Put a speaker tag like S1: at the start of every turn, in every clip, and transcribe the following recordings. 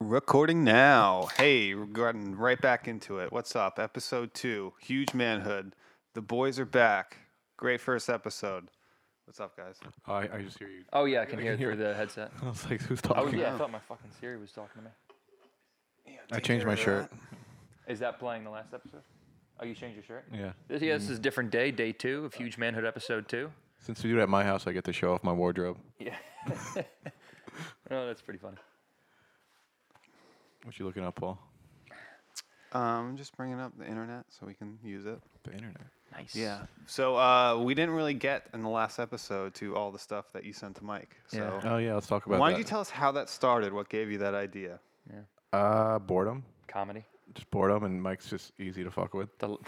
S1: Recording now. Hey, we're getting right back into it. What's up? Episode two, huge manhood. The boys are back. Great first episode. What's up, guys?
S2: Oh, I, I just hear you.
S3: Oh yeah, I can
S2: I
S3: hear it
S2: can hear
S3: through the headset.
S2: I was like, who's
S3: Oh
S2: talking?
S3: yeah, I thought my fucking Siri was talking to me.
S2: I changed my shirt.
S3: Is that playing the last episode? Oh, you changed your shirt?
S2: Yeah.
S3: This, yeah, this is a different day, day two of Huge Manhood episode two.
S2: Since we do it at my house, I get to show off my wardrobe,
S3: Yeah. oh, that's pretty funny.
S2: What you looking up, Paul?
S1: Um, just bringing up the internet so we can use it.
S2: The internet.
S3: Nice.
S1: So uh, we didn't really get in the last episode to all the stuff that you sent to Mike. So
S3: Yeah.
S2: Oh yeah, let's talk about.
S1: why
S2: that.
S1: don't you tell us how that started? What gave you that idea?
S2: Uh, boredom.
S3: Comedy.
S2: Just boredom, and Mike's just easy to fuck with.
S3: The l-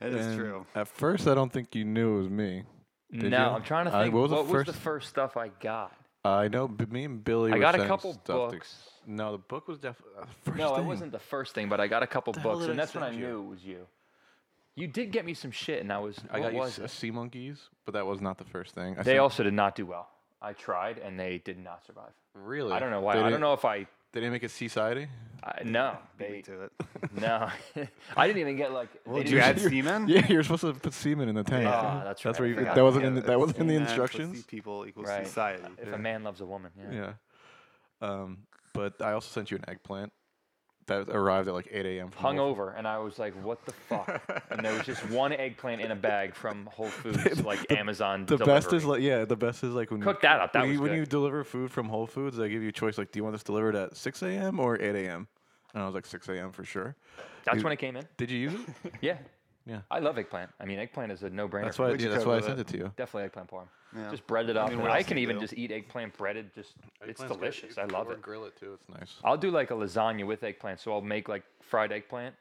S1: It is
S2: And
S1: true.
S2: At first, I don't think you knew it was me.
S3: no,
S2: Did you?
S3: I'm trying to
S2: I-
S3: think.
S2: what was
S3: what
S2: the first?
S3: was the first stuff I got?
S2: I know. But me and Billy.
S3: I
S2: were
S3: got a
S2: sending
S3: couple
S2: stuff to-
S3: books.
S2: no, the book was definitely first.
S3: No,
S2: thing.
S3: it wasn't the first thing, but I got a couple
S2: hell
S3: books,
S2: did
S3: and
S2: I
S3: that's when I
S2: send you?
S3: knew it was you. You did get me some shit, and I was.
S2: I
S3: what
S2: got you
S3: was
S2: s-
S3: it?
S2: sea monkeys, but that was not the first thing. I
S3: They
S2: sent-
S3: also did not do well. I tried, and they did not survive.
S2: really.
S3: I don't know why.
S2: They
S3: I don't
S2: didn't-
S3: know if I.
S2: They didn't make it society.
S3: I no,
S1: Beat me
S3: they
S1: to it.
S3: no. I didn't even get like. they
S1: Did
S3: didn't
S1: you add
S3: even-
S1: semen?
S2: Yeah, you're supposed to put semen in the tank.
S3: Ah, that's
S2: That's
S3: right,
S2: where
S3: I
S2: you,
S3: forgot
S2: that wasn't
S1: Yeah,
S2: in the, that wasn't in the
S1: semen plus
S2: instructions.
S1: these People equals
S3: Right.
S1: society.
S3: If a man loves a woman, yeah.
S2: Yeah. Um, but I also sent you an eggplant that arrived at like 8 a.m. from
S3: Hung
S2: Whole-
S3: over, and I was like, "What the fuck?" and there was just one eggplant in a bag from Whole Foods, like Amazon.
S2: The
S3: delivery.
S2: best is like yeah, the best is like when
S3: Cook
S2: you,
S3: that up, that
S2: when,
S3: was
S2: you, when
S3: good.
S2: you deliver food from Whole Foods, they give you a choice like, do you want this delivered at 6 a.m. or 8 a.m. And I was like 6 a.m. for sure.
S3: that's when it came in.
S2: Did you use it?
S3: Yeah,
S2: Yeah.
S3: I love eggplant. I mean, eggplant is a no-brainer.
S2: That's
S3: for
S2: why.
S3: me.
S1: What'd you
S2: Yeah, that's
S1: cook
S2: why I
S1: with
S2: sent
S1: it?
S2: it to you.
S3: definitely eggplant parm.
S1: Yeah.
S3: Just bread it up.
S1: mean,
S3: and
S1: what
S3: I,
S1: else
S3: can
S1: do you
S3: even
S1: do?
S3: just eat eggplant breaded. Just it's delicious. I love it.
S2: Grill it too. It's nice.
S3: I'll do like a lasagna with eggplant. So I'll make like fried eggplant,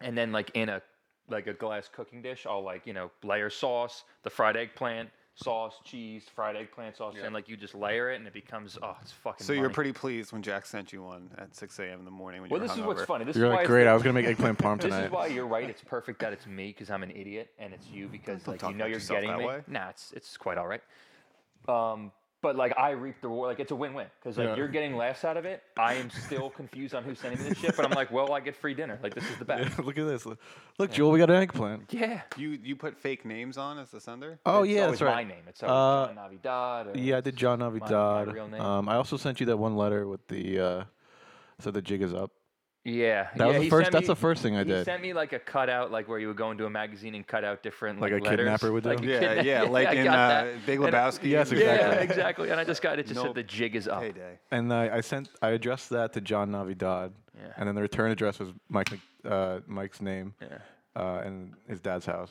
S3: and then like in a like a glass cooking dish, I'll like you know layer sauce, the fried eggplant, sauce, cheese, fried eggplant sauce, and like you just layer it, and it becomes oh, it's fucking.
S1: So you were
S3: money.
S1: pretty pleased when Jack sent you one at 6 a.m. in the morning when
S3: Well,
S1: you were
S3: this is
S1: hungover.
S3: what's funny. This
S2: You're
S3: is why
S2: like
S3: it's
S2: great.
S3: the-
S2: I was gonna make eggplant parm
S3: This
S2: tonight.
S3: is why you're right. It's perfect that it's me because I'm an idiot, and it's you because like
S1: talk
S3: you know
S1: about
S3: you're
S1: yourself
S3: getting
S1: that
S3: me.
S1: way.
S3: Nah, it's it's quite all right. Um, but like I reap the reward. Like it's a win-win because like
S2: Yeah.
S3: you're getting laughs out of it. I am still confused on who's sending me this shit, but I'm like, well, I get free dinner. Like this is the best.
S2: Look at this. Look, Jewel, we got an eggplant.
S3: Yeah.
S1: You you put fake names on as the sender?
S2: Oh
S3: it's
S2: yeah,
S3: always
S2: that's right.
S3: my name. It's always
S2: Uh,
S3: John Navidad. Or
S2: Yeah, I did John
S3: my
S2: Navidad.
S3: real name.
S2: Um, I also sent you that one letter with the uh, said the jig is up.
S3: yeah.
S2: That was
S3: yeah,
S2: the
S3: he
S2: first.
S3: sent
S2: That's
S3: me-
S2: the first thing I
S3: He
S2: did.
S3: sent me like a cutout, like where you would go into a magazine and cut out different
S2: Like
S3: like,
S2: a
S3: letters.
S2: kidnapper would do?
S3: Like a
S1: Yeah,
S3: kidna-
S1: yeah, like
S3: I
S1: in
S3: got
S1: uh,
S3: that.
S1: Big
S3: And I-
S1: Lebowski.
S2: Yes,
S3: Yeah,
S2: Exactly.
S3: exactly. And I just got it. Just
S1: No
S3: said the jig is up.
S1: Payday.
S2: and I, I sent. I addressed that to John Navidad.
S3: Yeah.
S2: And then the return address was Mike. Mc- Uh, Mike's name.
S3: Yeah.
S2: Uh, and his dad's house.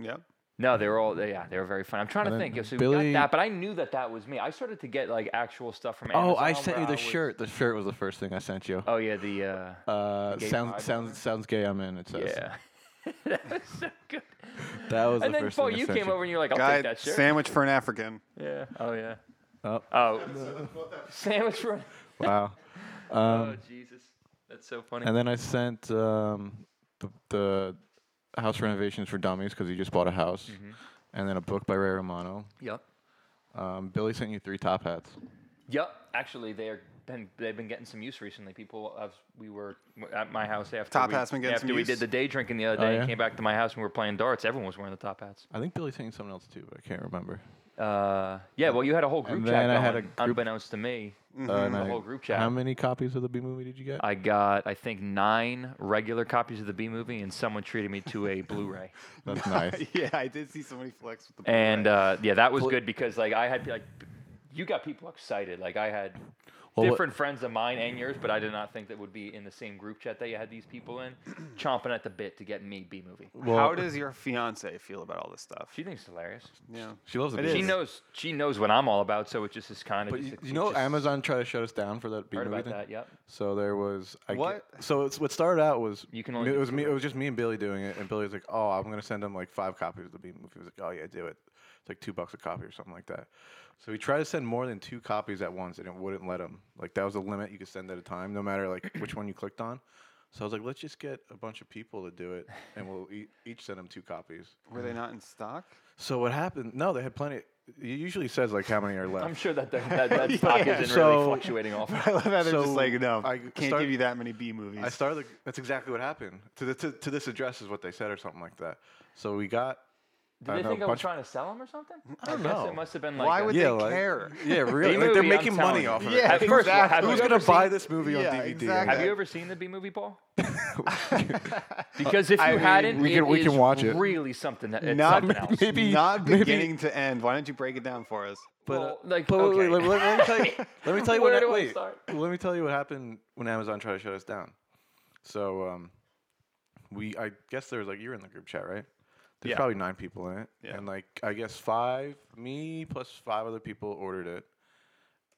S1: Yep.
S3: No, they were all they- yeah, they were very fun. I'm trying to
S2: And then
S3: think. if we
S2: Billy-
S3: got that, but I knew that that was me. I started to get like actual stuff from.
S2: Oh,
S3: Amazon
S2: I sent
S3: where
S2: you the
S3: was-
S2: shirt. The shirt was the first thing I sent you.
S3: Oh yeah, the uh,
S2: Uh,
S3: gay vibe
S2: sounds
S3: letter?
S2: sounds sounds gay. I'm in. It says.
S3: yeah. that was so good.
S2: That was
S3: And
S2: the
S3: then
S2: first
S3: Paul,
S2: thing I
S3: you
S2: sent
S3: came over and you were like, "I'll
S1: Guy,
S3: take that shirt."
S1: sandwich for an African.
S3: yeah. Oh yeah. Oh.
S2: Oh.
S3: sandwich for.
S2: Wow.
S3: Oh Jesus, that's so funny.
S2: Um, And then I sent um, the, the house renovations for dummies because he just bought a house, and then a book by Ray Romano.
S3: Yep.
S2: Um, Billy sent you three top hats.
S3: Yep. Actually, they're been they've been getting some use recently. People, have, we were w- at my house after
S1: Top
S3: we,
S1: hats been getting
S3: after
S1: some
S3: we
S1: use?
S3: did the day drinking the other day. and
S2: Oh, yeah?
S3: Came back to my house and we were playing darts. Everyone was wearing the top hats.
S2: I think Billy sent you something else too, but I can't remember.
S3: Uh, yeah. Well, you had a whole group
S2: And
S3: chat
S2: then I had
S3: going,
S2: a group-
S3: unbeknownst to me.
S1: Mm-hmm.
S2: Uh, and
S3: Mm-hmm. The
S2: I-
S3: whole group chat.
S2: How many copies of the B movie did you get?
S3: I got, I think, nine regular copies of the B movie, and someone treated me to a Blu-ray.
S2: That's nice.
S1: yeah, I did see somebody flex with the Blu-ray.
S3: And uh, yeah, that was good because like I had like you got people excited. Like I had
S2: Well, what-
S3: different friends of mine and yours, but I did not think that would be in the same group chat that you had these people in, chomping at the bit to get me B movie.
S1: How does your fiance feel about all this stuff?
S3: She thinks it's hilarious.
S1: yeah.
S2: she loves the
S1: It
S2: B
S1: is.
S3: She
S2: movie.
S3: knows she knows what I'm all about, so it just is kind of.
S2: But
S3: just,
S2: you,
S3: it-
S2: you
S3: it
S2: know,
S3: just
S2: Amazon tried to shut us down for that B
S3: Heard
S2: movie
S3: about
S2: thing.
S3: that? Yep.
S2: So there was I get-
S1: What?
S2: so it's what started out was
S3: You can only
S2: me- it
S3: do
S2: was
S3: two
S2: me it
S3: of
S2: was just me and Billy doing it, and Billy was like, "Oh, I'm gonna send him like five copies of the B movie." He was like, "Oh yeah, do it. It's like two bucks a copy or something like that." So we tried to send more than two copies at once, and it wouldn't let him. Like that was the limit you could send at a time, no matter like which one you clicked on. So I was like, "Let's just get a bunch of people to do it, and we'll e- each send them two copies."
S1: Were they not in stock?
S2: So what happened? No, they had plenty. it usually says like how many are left.
S3: I'm sure that the, that, that stock
S1: Yeah.
S3: isn't
S2: So-
S3: really fluctuating off.
S1: I love how they're just
S2: So
S1: like, no,
S2: I
S1: I can't
S2: start-
S1: give you that many B movies.
S2: I started. That's exactly what happened. To the to, to this address is what they said or something like that. So we got.
S3: Did they
S2: know,
S3: think I was
S2: bunch-
S3: trying to sell them or something? I
S2: don't
S3: guess
S2: know.
S3: It must have been like uh,
S1: Why
S3: a-
S1: would
S2: Yeah,
S1: they
S2: like-
S1: care?
S2: Yeah, really. like they're
S3: movie, I'm
S2: making
S3: telling
S2: money
S3: you.
S2: off of
S1: Yeah,
S2: it.
S3: At first, what happened-
S2: Who's
S3: Have you
S2: gonna
S3: ever
S2: buy
S3: seen-
S2: this movie on
S1: Yeah,
S2: DVD?
S1: exactly.
S3: Have you ever seen the B movie ball? because if you
S1: I mean,
S3: hadn't,
S2: we can- we can
S3: is
S2: watch it.
S3: Really, something that it's
S1: Not
S3: something else.
S2: maybe
S1: Not
S2: maybe-
S1: beginning to end. Why don't you break it down for us?
S2: But,
S3: Well,
S2: uh,
S3: like,
S2: but wait, wait,
S3: okay.
S2: let, let me tell you. Let me tell you
S3: Where
S2: what.
S3: do I
S2: wait,
S3: start?
S2: let me tell you what happened when Amazon tried to shut us down. So, um, we I guess there was like you're in the group chat, right? There's
S1: Yeah.
S2: probably nine people in it,
S1: Yeah.
S2: and like I guess five, me plus five other people ordered it,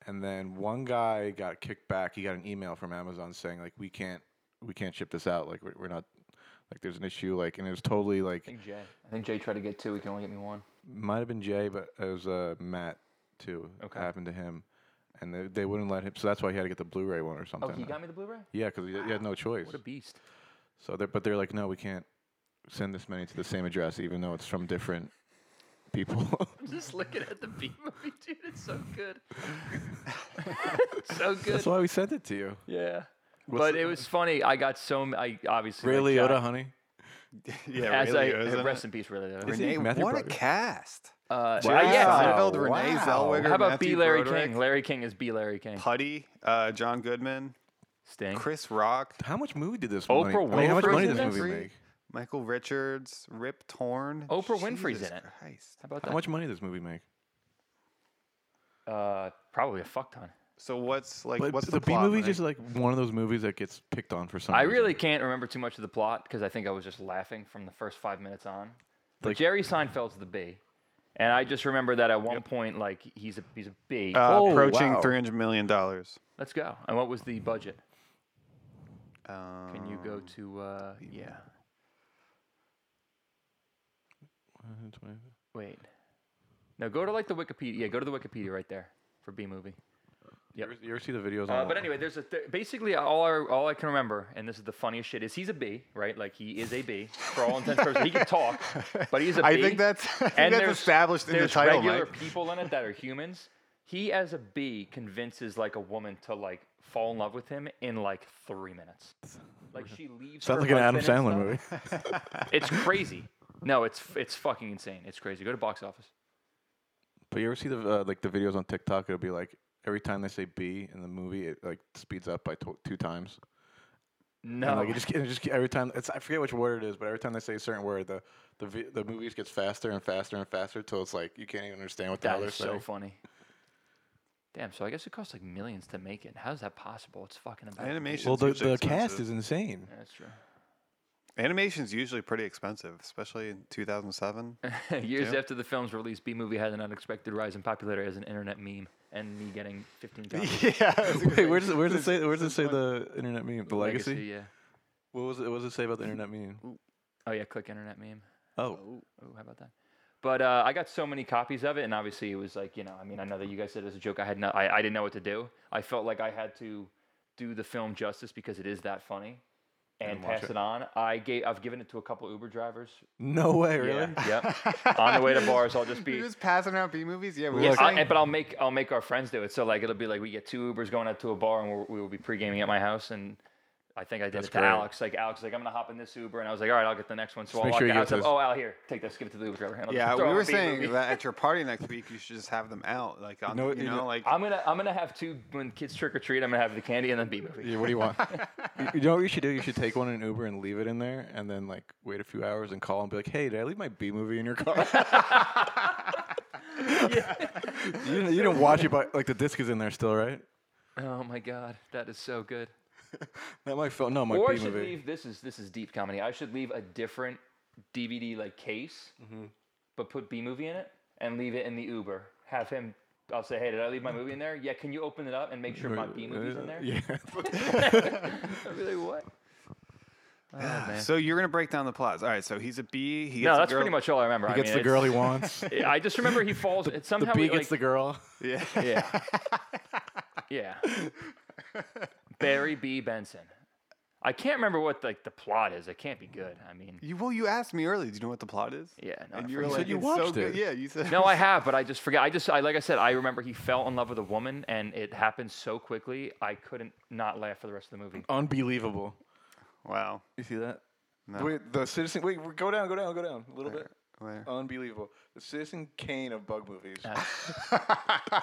S2: and then one guy got kicked back. He got an email from Amazon saying like we can't we can't ship this out. Like we're, we're not like there's an issue. Like and it was totally like
S3: I think Jay. I think Jay tried to get two. He can only get me one.
S2: might have been Jay, but it was uh, Matt too.
S3: Okay.
S2: happened to him, and they, they wouldn't let him. So that's why he had to get the Blu-ray one or
S3: Oh,
S2: something.
S3: he got me the Blu-ray.
S2: yeah, because he, he had no choice.
S3: What a beast!
S2: So, they're, but they're like, no, we can't send this many to the same address, even though it's from different people.
S3: I'm just looking at the B movie, dude. It's so good. so good.
S2: that's why we sent it to you.
S3: Yeah. but
S2: the-
S3: it was funny. I got so m- I obviously
S2: Ray
S3: like,
S2: Liotta,
S3: Jack-
S2: honey.
S1: Yeah,
S3: As
S1: really,
S3: I
S1: isn't
S3: rest
S1: it?
S3: in peace, Ray Liotta.
S2: Isn't he
S1: Renee,
S2: Matthew
S1: what a
S2: Broderick?
S1: cast!
S3: Uh,
S2: Wow.
S3: yes.
S1: Seinfeld, Renee
S2: Wow.
S1: Zellweger,
S3: How about
S1: Matthew
S3: B. Larry
S1: Broderick,
S3: King? Larry King is B. Larry King.
S1: Putty, uh, John Goodman,
S3: Sting.
S1: Chris Rock,
S2: How much movie did this?
S3: Oprah
S2: money- I mean, how much
S3: Winfrey's
S2: money
S3: in
S2: did this
S3: this?
S2: movie make?
S1: Michael Richards, Rip Torn.
S3: Oprah Winfrey's
S1: Jesus
S3: in it.
S1: Christ.
S3: How about
S2: How
S3: that?
S2: much money did this movie make?
S3: Uh, probably a fuck ton.
S1: So what's like?
S2: But
S1: what's
S2: the,
S1: the,
S2: B
S1: plot,
S2: movie
S1: Renee?
S2: just like one of those movies that gets picked on for some.
S3: I
S2: reason.
S3: really can't remember too much of the plot because I think I was just laughing from the first five minutes on. But
S2: Like-
S3: Jerry Seinfeld's the B, and I just remember that at one point, like he's a he's a B.
S1: uh,
S2: Oh,
S1: approaching
S2: wow.
S1: three hundred million dollars.
S3: Let's go. And what was the budget?
S1: Um,
S3: Can you go to? Uh, yeah.
S2: uh,
S3: Wait. No, go to like the Wikipedia. Yeah, go to the Wikipedia right there for B movie.
S2: You ever, you ever see the videos?
S3: Uh,
S2: on
S3: but anyway, there's a th- basically all I, all I can remember, and this is the funniest shit is he's a B, right? Like he is a B for all intents and purposes. He can talk, but he's a B.
S1: I think that's I think
S3: and
S1: that's
S3: there's-
S1: established in the
S3: there's
S1: title,
S3: regular
S1: Mike.
S3: people in it that are humans. He as a B convinces like a woman to like fall in love with him in like three minutes. Like she leaves.
S2: sounds
S3: her
S2: like an Adam
S3: husband and
S2: Sandler
S3: stuff.
S2: movie.
S3: It's crazy. No, it's it's fucking insane. It's crazy. Go to box office.
S2: But you ever see the uh, like the videos on TikTok? It'll be like every time they say B in the movie, it like speeds up by tw- two times.
S3: No,
S2: And, like it just, it just every time it's I forget which word it is, but every time they say a certain word, the the vi- the movie just gets faster and faster and faster till it's like you can't even understand what the
S3: That
S2: hell
S3: is
S2: they're
S3: so
S2: saying.
S3: funny. Damn, so I guess it costs like millions to make it. How is that possible? It's fucking amazing.
S1: Animation's
S2: well, the,
S1: usually
S2: the cast
S1: expensive.
S2: is insane.
S3: That's true.
S1: animation's usually pretty expensive, especially in two thousand seven.
S3: Years
S1: Yeah.
S3: after the film's release, B movie had an unexpected rise in popularity as an internet meme, and me getting 15 copies.
S1: yeah.
S2: Wait, where does it, where does it say where does it say the internet meme? The legacy?
S3: yeah.
S2: What was it? What does it say about the internet meme?
S3: Oh yeah, click internet meme.
S2: Oh,
S3: Oh, how about that? But uh, I got so many copies of it, and obviously it was like you know, I mean, I know that you guys said it was a joke. I had no, I, I didn't know what to do. I felt like I had to do the film justice because it is that funny, and pass it. on. I gave, I've given it to a couple Uber drivers.
S2: no way, really?
S3: Yeah, yep. on the way to bars, I'll just be.
S1: You're just passing around B movies. Yeah, we
S3: Yes,
S1: were
S3: I-
S1: saying-
S3: but I'll make I'll make our friends do it. So like it'll be like we get two Ubers going out to a bar and we're, we will be pre gaming at my house. And I think I did it to
S2: great.
S3: Alex. Like Alex, was like I'm gonna hop in this Uber, and I was like, all right, I'll get the next one. So I'll
S2: make
S3: walk
S2: sure
S3: to
S2: you
S3: Alex.
S2: get
S3: Up,
S2: this.
S3: oh, Al here, take this, give it to the Uber driver. and I'll just
S1: yeah,
S3: throw
S1: we
S3: it
S1: were
S3: on B
S1: saying
S3: movie.
S1: that at your party next week, you should just have them out, like on,
S2: know what
S1: you
S2: you
S1: know,
S2: know-
S1: like
S3: I'm gonna I'm gonna have two when kids trick or treat. I'm gonna have the candy and then B movie.
S2: Yeah, what do you want? you, you know what you should do? You should take one in Uber and leave it in there, and then like wait a few hours and call and be like, "Hey, did I leave my B movie in your car?" you, didn't, you didn't watch it, but like the disc is in there still, right?
S3: Oh my god, that is so good.
S2: Not my phone. No, my
S3: or I
S2: B
S3: should
S2: movie.
S3: leave. This is this is deep comedy. I should leave a different DVD like case,
S2: Mm-hmm.
S3: but put B movie in it and leave it in the Uber. Have him. I'll say, hey, did I leave my movie in there? Yeah, can you open it up and make sure my B movie's in there?
S2: Yeah.
S3: I'll be like, what? Oh, man.
S1: So you're gonna break down the plots. All right. So he's a B. He gets
S3: No,
S1: a
S3: that's
S1: girl-
S3: pretty much all I remember.
S2: He gets
S3: I mean,
S2: the girl he
S3: it's-
S2: wants. the
S3: I just remember he falls. It's somehow
S2: B
S3: he,
S2: gets
S3: like,
S2: the girl.
S1: Yeah.
S3: Yeah. yeah. Barry B. Benson. I can't remember what like the plot is. It can't be good. I mean,
S1: You well, you asked me earlier. Do you know what the plot is?
S3: yeah. No, I
S1: and you were
S3: forget.
S1: like,
S2: you
S1: "It's so
S2: watched
S1: good."
S2: it.
S1: Yeah, you said.
S3: No, I have, but I just forgot. I just, I like I said, I remember he fell in love with a woman, and it happened so quickly, I couldn't not laugh for the rest of the
S1: Oh,
S3: movie.
S2: Unbelievable.
S1: Wow.
S2: You see that?
S1: No.
S2: Wait, the citizen. Wait, we're- go down, go down, go down a little bit.
S1: Where?
S2: Unbelievable. The Citizen Kane of bug movies.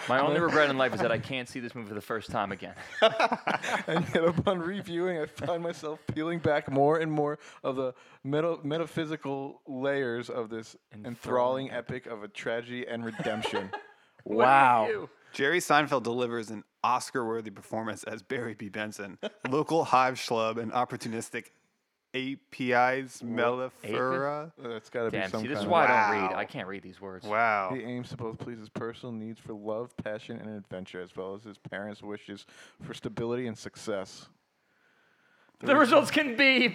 S3: My only regret in life is that I can't see this movie for the first time again.
S2: and yet, upon reviewing, I find myself peeling back more and more of the meta- metaphysical layers of this enthralling epic of a tragedy and redemption. wow.
S1: Jerry Seinfeld delivers an Oscar-worthy performance as Barry B. Benson, local hive schlub and opportunistic APIs mellifera.
S2: That's got to be
S3: Damn,
S2: some
S3: see, this
S2: kind
S3: is
S2: of.
S3: why I don't read.
S1: Wow.
S3: I can't read these words.
S1: Wow.
S2: He aims to both please his personal needs for love, passion, and adventure, as well as his parents' wishes for stability and success.
S3: The results can be.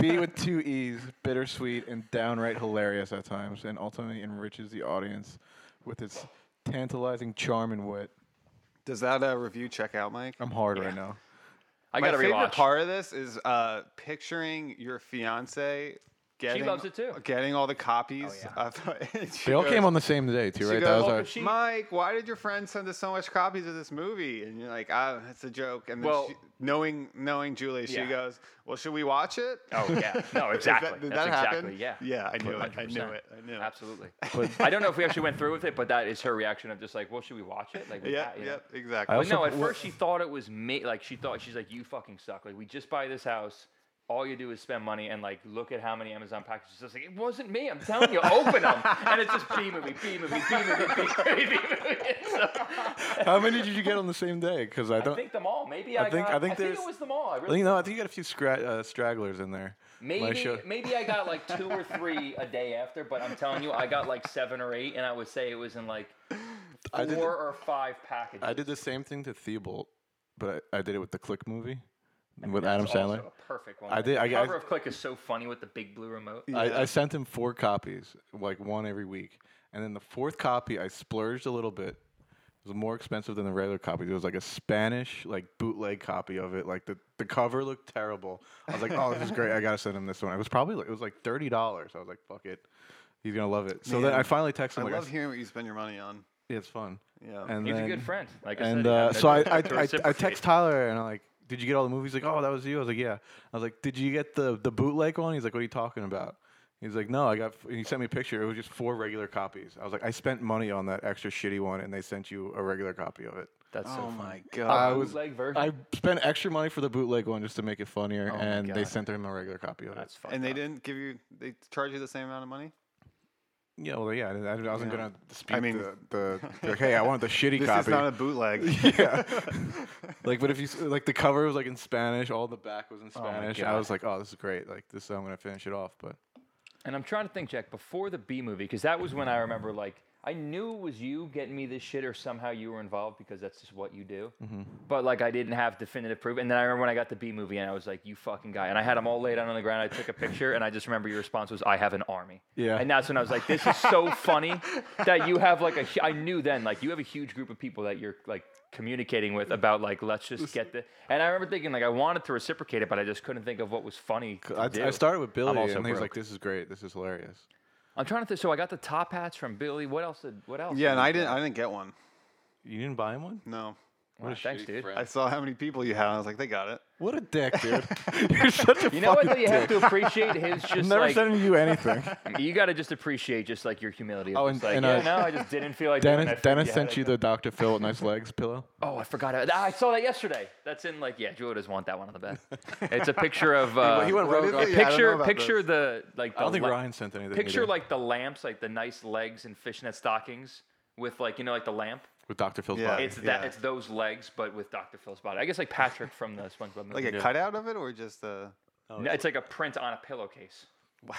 S2: B with two E's, bittersweet and downright hilarious at times, and ultimately enriches the audience with its tantalizing charm and wit.
S1: Does that uh, review check out, Mike?
S2: I'm hard right now.
S3: I
S1: My
S3: gotta
S1: favorite
S3: rewatch.
S1: part of this is uh, picturing your fiance. Getting,
S3: loves it too.
S1: Getting all the copies.
S3: Oh, yeah.
S1: of- she
S2: They all came
S1: goes-
S2: on the same day too,
S1: she
S2: right?
S1: goes,
S2: That
S3: "Oh,
S2: was
S3: she-
S2: our.
S1: Mike, why did your friend send us so much copies of this movie? And you're like, ah, it's a joke. And then
S3: Well-
S1: she, knowing knowing Julie,
S3: Yeah.
S1: she goes, well, should we watch it?
S3: Oh yeah, no,
S1: Is that-
S3: exactly.
S1: did
S3: That's
S1: that happen?
S3: exactly. Yeah.
S1: Yeah, I knew it. I
S3: 100%.
S1: knew it. I knew it.
S3: Absolutely. I don't know if we actually went through with it, but that is her reaction of just like, well, should we watch it? Like, we
S1: Yeah,
S3: got- you know?
S1: yep, exactly.
S2: I
S3: But
S2: also-
S3: no, at
S2: well-
S3: first she thought it was me. Like she thought she's like, you fucking suck. Like we just buy this house. All you do is spend money and like look at how many Amazon packages. It's like it wasn't me. I'm telling you, open them. And it's just B movie, B movie, B movie, B movie, B movie. So,
S2: How many did you get on the same day? Because I
S3: I
S2: don't.
S3: think the mall. Maybe I,
S2: think-
S3: got.
S2: I think
S3: it
S2: there's-
S3: was the mall. I
S2: I
S3: really
S2: think no, I think you got a few scra- uh, stragglers in there. When I
S3: Maybe
S2: showed-
S3: maybe I got like two or three a day after, but I'm telling you, I got like seven or eight, and I would say it was in like
S2: I did the-
S3: four or five packages.
S2: I did the same thing to Theobald, but I, I did it with the Click movie with Adam
S3: It's also
S2: Sandler.
S3: a perfect one.
S2: I did- I-
S3: the
S2: I-
S3: cover of Click is so funny with the big blue remote.
S2: I, I sent him four copies, like one every week, and then the fourth copy I splurged a little bit. It was more expensive than the regular copy. It was like a Spanish, like bootleg copy of it. Like the, the cover looked terrible. I was like, oh, this is great. I gotta send him this one. It was probably like, it was like thirty dollars. I was like, fuck it, he's gonna love it. So then I
S1: Man,
S2: finally texted
S1: I
S2: him. like, I
S1: love
S2: s-
S1: hearing what you spend your money on.
S2: yeah, it's fun.
S1: Yeah.
S2: And
S3: He's a
S2: then-
S3: good friend. Like I said,
S2: and
S3: you
S2: uh,
S3: have
S2: so I,
S3: to-
S2: I,
S3: to
S2: I, I
S3: reciprocate.
S2: text Tyler and I'm like, did you get all the movies? He's like, oh, that was you. I was like, yeah. I was like, did you get the the bootleg one? He's like, what are you talking about? He's like, no, I got. f-" and He sent me a picture. It was just four regular copies. I was like, I spent money on that extra shitty one, and they sent you a regular copy of it.
S3: That's
S1: Oh
S3: so funny.
S1: my
S2: I
S1: god.
S2: was
S3: bootleg version?
S2: I spent extra money for the bootleg one just to make it funnier,
S3: Oh my
S2: and they
S3: God.
S2: sent him a regular copy of
S3: That's
S2: it.
S3: funny.
S1: and they didn't give you. They charge you the same amount of money.
S2: Yeah, well, yeah, I, didn't- I wasn't gonna dispute
S1: mean-
S2: the, the like, hey, I want the shitty
S1: This
S2: copy.
S1: is not a bootleg.
S2: yeah. like, but if you s- like the cover was like in Spanish, all the back was in Spanish. and I
S3: God.
S2: was like, oh, this is great. Like this, I'm gonna finish it off. But
S3: And I'm trying to think, Jack, before the B movie, because that was when I remember, like, I knew it was you getting me this shit, or somehow you were involved because that's just what you do.
S2: Mm-hmm.
S3: But like, I didn't have definitive proof. And then I remember when I got the B movie, and I was like, "You fucking guy!" And I had them all laid out on the ground. I took a picture, and I just remember your response was, "I have an army."
S2: Yeah.
S3: And that's when I was like, "This is so funny that you have like a." hu- I knew then, like, you have a huge group of people that you're like communicating with about like let's just get the and i remember thinking like i wanted to reciprocate it but i just couldn't think of what was funny to
S2: I,
S3: do.
S2: I started with Billy,
S3: also
S2: and he's
S3: broke.
S2: like, this is great. This is hilarious.
S3: I'm trying to think. So I got the top hats from Billy. What else? Did, what else?
S1: Yeah,
S3: did
S1: and
S3: we
S1: I
S3: get?
S1: didn't. I didn't get one.
S2: You didn't buy him one?
S1: No.
S3: Wow, thanks, dude.
S1: I saw how many people you had. and I was like, they got it.
S2: What a dick, dude. You're such a
S3: You know what?
S2: fucking
S3: Though you have
S2: dick.
S3: to appreciate his just
S2: I'm never
S3: like
S2: sending you anything.
S3: you got to just appreciate just like your humility.
S2: Oh,
S3: Oh, and,
S2: and-
S3: like,
S2: and,
S3: yeah,
S2: uh,
S3: no, I just didn't feel like doing
S2: Dennis,
S3: that.
S2: Dennis
S3: Yeah,
S2: sent
S3: like-
S2: you the Dr. Phil at Nice Legs pillow.
S3: Oh, I forgot. It. Ah, I saw that yesterday. That's in like yeah. Joe does want that one on the bed. It's a picture of uh,
S2: he went
S1: What
S2: rogue.
S1: is
S2: on-
S1: it? Yeah, I don't know
S3: picture
S1: about
S3: picture the like.
S2: I don't think
S3: le-
S2: Ryan sent anything.
S3: Picture
S2: either.
S3: like the lamps, like the nice legs and fishnet stockings with like you know like the lamp.
S2: with Dr. Phil's
S1: Yeah.
S2: body.
S3: It's that.
S1: Yeah.
S3: It's those legs, but with Dr. Phil's body. I guess like Patrick from the SpongeBob movie.
S1: Like a cutout of it, or just a.
S3: No, it's like a print on a pillowcase.
S1: Wow.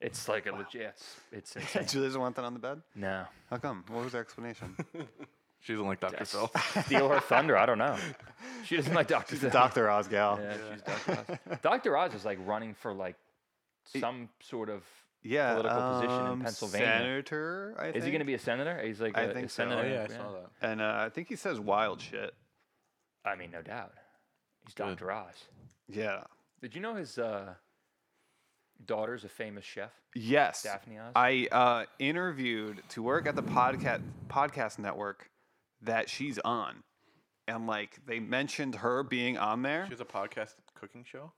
S3: It's like a legit. It's, it's insane.
S1: Julie doesn't want that on the bed.
S3: no.
S1: How come? What was the explanation?
S2: She doesn't like Dr. Phil.
S3: Oh, Steal her thunder. I don't know. She doesn't like Doctor. Phil.
S1: Doctor Oz gal.
S3: Yeah, she's Doctor Oz. Doctor Oz is like running for like some sort of.
S1: Yeah,
S3: Political position in
S1: um,
S3: Pennsylvania.
S1: Senator, I think.
S3: Is he going to be a senator? He's like
S1: I
S3: a- a
S1: think so.
S3: senator.
S1: Oh, yeah,
S2: that.
S1: And uh, I think he says wild shit.
S3: I mean, no doubt. He's Doctor Oz.
S1: Yeah.
S3: Did you know his uh, daughter's a famous chef,
S1: Yes.
S3: Daphne Oz?
S1: I uh, interviewed to work at the podcast podcast network that she's on, and like they mentioned her being on there,
S2: She has a podcast cooking show.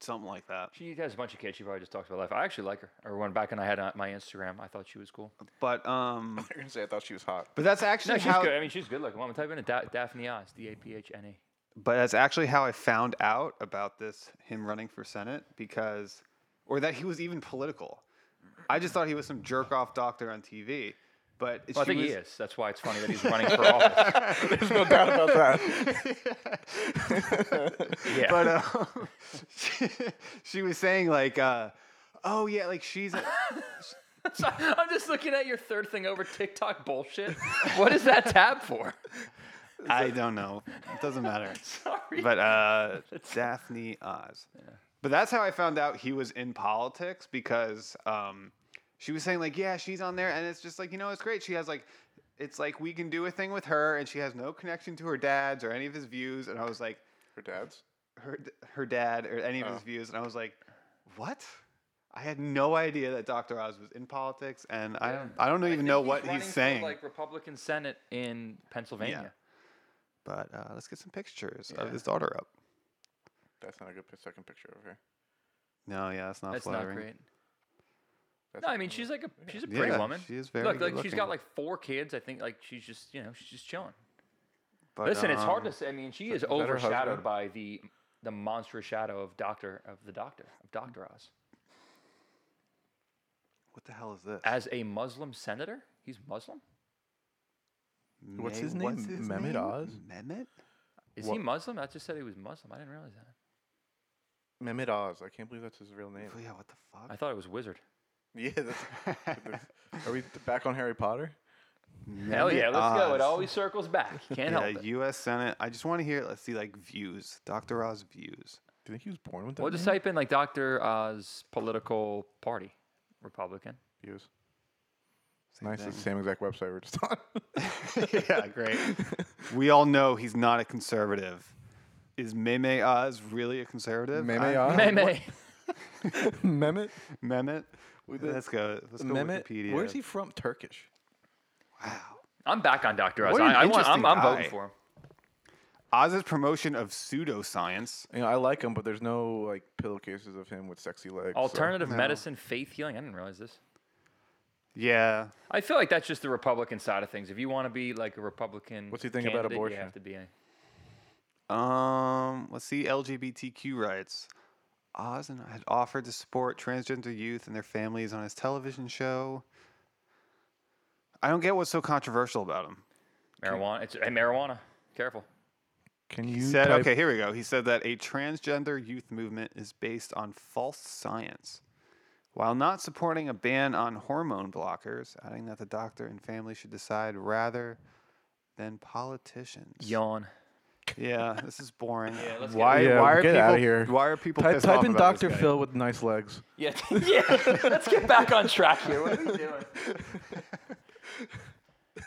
S1: something like that.
S3: she has a bunch of kids. She probably just talks about life. I actually like her. Or went back and I had on my Instagram. I thought she was cool.
S1: But um,
S2: You're gonna say I thought she was hot.
S1: but that's actually
S3: No, she's
S1: how.
S3: good. I mean, she's good looking. Well, I'm type in a da- Daphne Oz, D A P H N E.
S1: But that's actually how I found out about this him running for senate because, or that he was even political. I just thought he was some jerk off doctor on TV. But
S3: Well,
S1: she
S3: I think
S1: was,
S3: he is. That's why it's funny that he's running for office.
S2: There's no doubt about that.
S3: Yeah.
S1: but um, she, she was saying like, uh, oh yeah, like she's.
S3: So, I'm just looking at your third thing over TikTok bullshit. What is that tab for?
S1: I don't know. It doesn't matter.
S3: Sorry.
S1: But uh, Daphne Oz. But that's how I found out he was in politics because um, she was saying like, yeah, she's on there, and it's just like you know, it's great. She has like, it's like we can do a thing with her, and she has no connection to her dad's or any of his views. And I was like,
S2: Her dad's.
S1: her her dad or any of
S3: Oh.
S1: his views, and I was like, what? I had no idea that Dr. Oz was in politics, and I don't I don't even know what he's, saying.
S3: like Republican Senate in Pennsylvania.
S1: but uh, let's get some pictures of his daughter up.
S2: That's not a good pi- second picture of her.
S1: No, yeah, that's not
S3: That's not
S1: flattering.
S3: great.
S2: That's
S3: No, I mean she's like a she's a
S1: Yeah,
S3: pretty woman.
S1: she is very
S3: Look, like she's got
S1: good-looking.
S3: like four kids. I think like she's just you know she's just chilling.
S1: But,
S3: Listen, it's hard
S1: um,
S3: to say. I mean, she is
S2: that her husband?
S3: overshadowed by the the monstrous shadow of Doctor of the Doctor of Doctor Oz
S1: What the hell is this?
S3: as a Muslim senator. He's Muslim.
S2: What's his name? Mehmet Oz?
S1: Mehmet?
S3: Is he
S2: What-
S3: Muslim? I just said he was Muslim. I didn't realize that.
S2: Mehmet Oz. I can't believe that's his real name.
S1: Oh, yeah, what the
S3: I
S1: fuck?
S3: thought it was wizard.
S2: Yeah. That's, are we back on Harry Potter?
S3: Hell yeah,
S1: Mehmet
S3: let's go.
S1: Oz.
S3: It always circles back. You Can't
S1: Yeah,
S3: help it.
S1: U.S. Senate. I just want to hear. Let's see, like views. Dr. Oz views.
S2: Do you think he was born with that?
S3: We'll just type in like Dr. Oz political party, Republican.
S2: He was. It's
S1: Same
S2: nice. It's the same exact website we're just on.
S1: yeah, great. We all know he's not a conservative. Is Meme Oz really a conservative?
S2: Mehmet
S1: I-
S2: Oz?
S3: May
S2: Mehmet.
S3: May.
S2: Mehmet.
S1: Mehmet.
S2: the-
S1: Let's go. Let's go
S2: Mehmet.
S1: Wikipedia.
S2: Where's he from? Turkish.
S1: Wow.
S3: I'm back on Dr. Oz.
S1: What
S3: I,
S1: an
S3: I want, I'm,
S1: interesting
S3: I'm voting
S1: guy.
S3: for him.
S1: Oz's promotion of pseudoscience.
S2: You know, I like him, but there's no like pillowcases of him with sexy legs. so-
S3: Alternative
S1: No.
S3: medicine, faith healing. I didn't realize this.
S1: Yeah.
S3: I feel like that's just the Republican side of things. If you want to be like a Republican,
S2: What's he think about
S3: candidate,
S2: abortion?
S3: You have to be. A,
S1: Um. Let's see. LGBTQ rights. Oz and had offered to support transgender youth and their families on his television show. I don't get what's so controversial about him.
S3: marijuana. It's hey, marijuana. Careful.
S2: Can you
S1: He said,
S2: type-
S1: okay, here we go. He said that a transgender youth movement is based on false science. While not supporting a ban on hormone blockers, adding that the doctor and family should decide rather than politicians.
S3: Yawn.
S1: Yeah, this is boring.
S3: let's get-
S1: why,
S2: Yeah,
S1: why are
S2: get
S1: people,
S2: outta here.
S1: Why are people
S2: Type,
S1: pissed
S2: type
S1: off
S2: in
S1: about this
S2: Doctor
S1: guy?
S2: Phil with nice legs.
S3: Yeah, yeah. Let's get back on track here. What are we doing?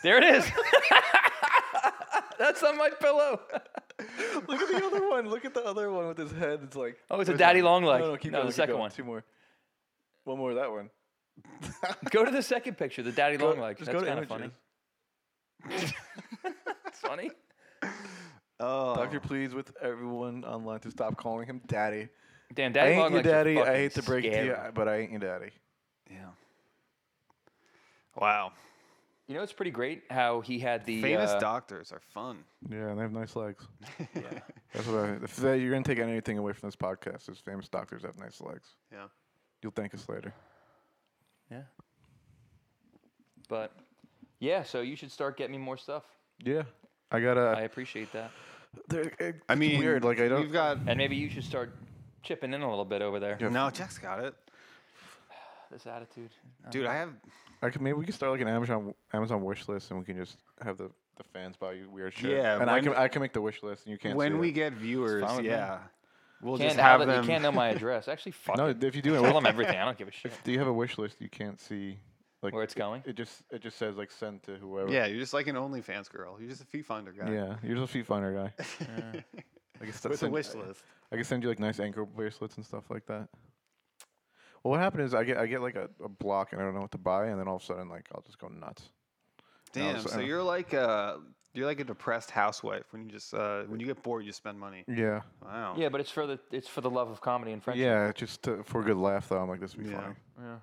S3: There it is. That's on my pillow.
S2: Look at the other one. Look at the other one with his head. It's like
S3: Oh, it's a daddy long leg.
S2: No, no, keep
S3: No,
S2: going,
S3: the
S2: keep
S3: second
S2: going.
S3: one.
S2: Two more. One more. of That one.
S3: Go to the second picture, the daddy long leg.
S2: just
S3: That's
S2: go to
S3: kind of funny.
S2: images.
S3: It's funny.
S1: Oh,
S2: Doctor, please, with everyone online to stop calling him daddy.
S3: Damn,
S2: I
S3: daddy
S2: ain't
S3: long
S2: your
S3: legs. are
S2: daddy. I
S3: fucking
S2: hate to break it to you,
S3: scary.
S2: I- but I ain't your daddy.
S1: yeah. Oh, Wow.
S3: You know, it's pretty great how he had the
S1: Famous
S3: uh,
S1: doctors are fun.
S2: Yeah, and they have nice legs. That's what I, if that- you're gonna take anything away from this podcast, is famous doctors have nice legs.
S1: Yeah.
S2: You'll thank us later.
S3: Yeah. But yeah, so you should start getting me more stuff.
S2: Yeah, I gotta.
S3: I appreciate that,
S2: They're- it-
S1: I
S2: it's
S1: mean,
S2: weird. Like I don't.
S1: We've got.
S3: and maybe you should start chipping in a little bit over there.
S2: Yeah.
S1: No, Jack's got it.
S3: This attitude.
S1: Dude, I have
S2: I could maybe we could start like an Amazon Amazon wish list, and we can just have the the fans buy you weird shit.
S1: Yeah,
S2: and I
S1: when-
S2: can I can make the wish list, and you can't.
S1: when
S2: see
S1: we
S2: it.
S1: get viewers,
S3: fine with me.
S1: yeah, we'll
S3: Can't-
S1: just
S3: how
S1: have
S3: the-
S1: them.
S3: You can't know my address. Actually, fuck.
S2: no,
S3: it.
S2: if you do a
S3: Tell
S2: wish,
S3: them everything. I don't give a shit
S2: do you have a wish list, you can't see like
S3: where it's going.
S2: it just it just says like send to whoever.
S1: yeah, you're just like an OnlyFans girl. You're just a fee finder guy.
S2: yeah. You're just a feet finder guy. I guess
S1: With a wish list.
S2: I can send you like nice ankle bracelets and stuff like that. Well, what happened is I get I get like a, a block and I don't know what to buy, and then all of a sudden like I'll just go nuts.
S1: Damn.
S2: so-
S1: so you're like a you're like a depressed housewife when you just uh, when you get bored, you spend money.
S2: Yeah,
S1: Wow.
S3: Yeah, but it's for the it's for the love of comedy and friendship.
S2: yeah, just to, for a good laugh though. I'm like this would be
S1: Yeah.
S2: funny.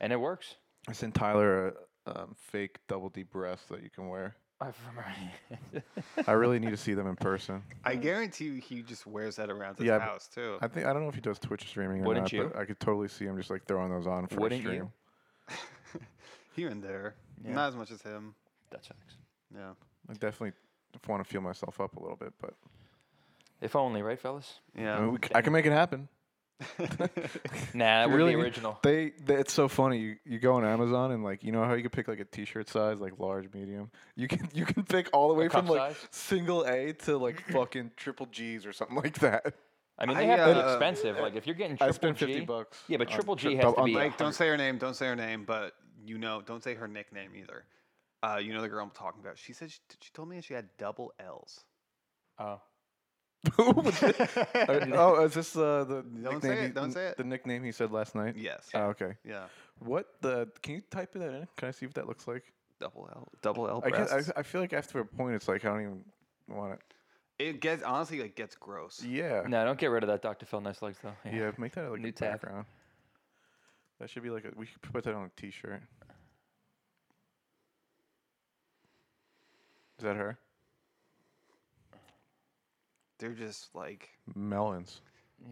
S3: And it works.
S2: I sent Tyler a um, fake double D breast that you can wear.
S3: I remember.
S2: I really need to see them in person.
S1: I guarantee you, he just wears that around his
S2: Yeah, but
S1: house too.
S2: I think I don't know if he does Twitch streaming or
S3: Wouldn't
S2: not,
S3: you?
S2: but I could totally see him just like throwing those on for
S3: Wouldn't
S2: a stream.
S3: you?
S1: Here and there, not as much as him.
S3: That sucks.
S1: Yeah.
S2: I definitely want to feel myself up a little bit, but
S3: If only, right, fellas?
S2: I,
S1: Yeah.
S2: mean, we c- I can make it happen.
S3: Nah, that would
S2: really
S3: be original.
S2: They, they it's so funny. You you go on Amazon and like you know how you can pick like a t-shirt size, like large, medium. You can you can pick all the way from
S3: cup
S2: like
S3: size?
S2: single A to like fucking triple G's or something like that.
S3: I mean, they
S1: I,
S3: have to be
S1: uh,
S3: expensive. Like if you're getting triple
S2: I spent
S3: G,
S2: fifty bucks.
S3: Yeah, but
S2: on
S3: triple
S2: tri-
S3: G has
S2: dou-
S3: to
S2: on
S3: be-
S1: Like, don't say her name. Don't say her name. But you know, don't say her nickname either. Uh, you know the girl I'm talking about. She said she, she told me she had double L's.
S3: oh,
S2: Uh, oh, is this uh, the
S1: Don't say
S2: nickname
S1: it,
S2: he-
S1: don't say it.
S2: The nickname he said last night.
S1: yes.
S2: Oh, okay.
S1: yeah.
S2: What the? Can you type that in? Can I see what that looks like?
S1: Double L. Double L
S2: I, guess,
S1: breasts.
S2: I, I feel like after a point, it's like I don't even want it.
S1: it gets honestly like gets gross.
S2: Yeah.
S3: no, don't get rid of that Dr. Phil nice legs though. Yeah.
S2: Yeah. Make that like
S3: New
S2: a
S3: tab.
S2: background. That should be like a, we should put that on a T-shirt. Is that her?
S1: They're just like
S2: Melons.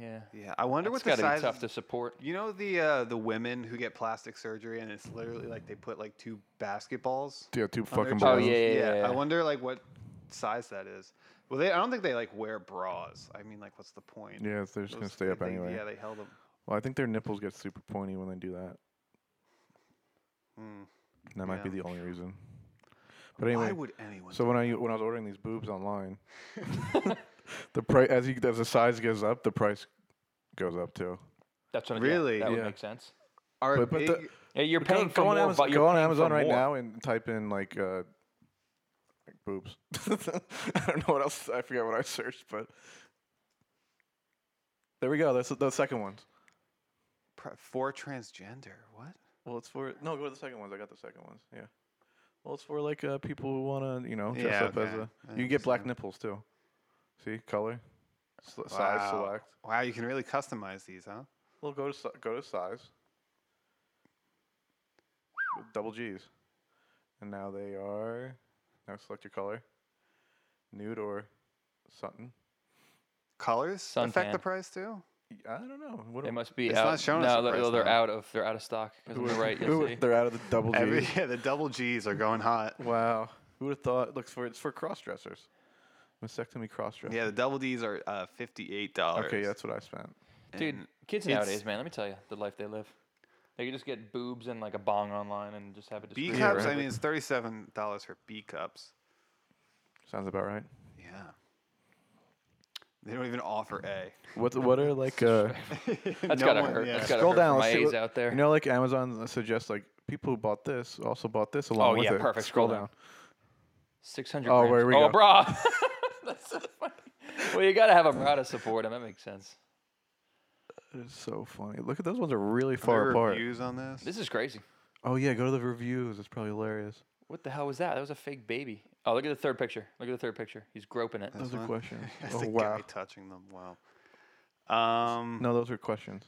S3: yeah.
S1: yeah. I wonder what
S3: It's
S1: the
S3: got to be
S1: size.
S3: tough to support.
S1: You know the uh, the women who get plastic surgery and it's literally like they put like two basketballs.
S2: Yeah, two
S1: on their
S2: fucking
S1: chest?
S3: Oh,
S2: balls.
S3: yeah, yeah, yeah.
S1: I wonder like what size that is. Well, they I don't think they like wear bras. I mean, like what's the point?
S2: Yeah, they're just gonna
S1: Those-
S2: stay
S1: they-
S2: up
S1: they-
S2: anyway.
S1: Yeah, they held them.
S2: Well, I think their nipples get super pointy when they do that.
S1: Mm.
S2: That might be
S1: Yeah.
S2: the only reason. But anyway,
S1: Why would anyone?
S2: so
S1: do-
S2: when I when I was ordering these boobs online, the price as you, as the size goes up, the price goes up too.
S3: That's what
S1: Really?
S3: Yeah, that
S2: Yeah.
S3: would make sense.
S1: are
S2: but- but
S1: big?
S2: the-
S3: Yeah, you're
S2: Go-
S3: paying
S2: go,
S3: for
S2: on
S3: more,
S2: Amazon, go
S3: but you're
S2: on
S3: paying
S2: Amazon
S3: for
S2: right
S3: more.
S2: now and type in like, uh, like boobs. I don't know what else. I forget what I searched, but there we go. That's the- the second ones.
S1: pr- for transgender, what?
S2: Well, it's for no. Go to the second ones. I got the second ones. Yeah. Well, it's for like uh, people who want to, you know, dress
S1: Yeah,
S2: up as
S1: okay.
S2: a.
S1: I
S2: You can get black
S1: understand.
S2: nipples too. See color, S- size
S1: Wow.
S2: select.
S1: Wow, you can really customize these, huh?
S2: Well, go to si- go to size. Double G's, and now they are. Now select your color, nude or something.
S1: Colors affect the
S3: Suntan.
S1: price too.
S2: Y- I don't know. What
S3: They
S2: am-
S3: must be
S1: It's
S3: out.
S1: not showing us
S3: no,
S1: the
S3: they're-
S1: price
S3: they're
S1: now.
S3: out of they're out of stock. Because
S2: who
S3: I'm right.
S2: who
S3: You'll
S2: would-
S3: see.
S2: They're out of the double G's.
S1: Every, yeah, the double G's are going hot.
S2: Wow. Who would have thought? Looks for it's for cross dressers. Mastectomy cross dressers.
S1: Yeah, the double D's are uh, fifty-eight dollars.
S2: Okay, that's what I spent.
S3: Dude,
S1: And
S3: kids
S1: it's-
S3: nowadays, man, let me tell you, the life they live. They can just get boobs and like a bong online and just have it.
S1: B
S3: distributed.
S2: Yeah,
S1: cups. I
S2: right.
S1: mean, it's thirty-seven dollars for B cups.
S2: Sounds about right.
S1: Yeah. They don't even offer A.
S2: What what are like uh
S3: That's
S1: No
S3: gotta
S1: one-
S3: hurt.
S1: yeah.
S3: That's gotta
S2: scroll
S3: hurt
S2: down
S3: for
S2: let's
S3: my
S2: see
S3: A's
S2: what-
S3: out there.
S2: You know like Amazon suggests like people who bought this also bought this along with
S3: Oh, yeah,
S2: it.
S3: perfect.
S2: Scroll,
S3: Scroll
S2: down.
S3: down. Six hundred.
S2: Oh,
S3: grams.
S2: where we
S3: oh,
S2: go.
S3: bra. That's so funny. Well, you gotta have a bra to support them. That makes sense.
S2: It's so funny. Look at those ones are really
S1: Are there
S2: far apart.
S1: Reviews on this?
S3: This is crazy.
S2: Oh yeah, go to the reviews. It's probably hilarious.
S3: What the hell was that? That was a fake baby. Oh, look at the third picture. Look at the third picture. He's groping it.
S2: Those are
S1: one?
S2: questions.
S1: That's
S2: oh
S1: a
S2: wow.
S1: guy touching them. Wow. Um.
S2: No, those are questions.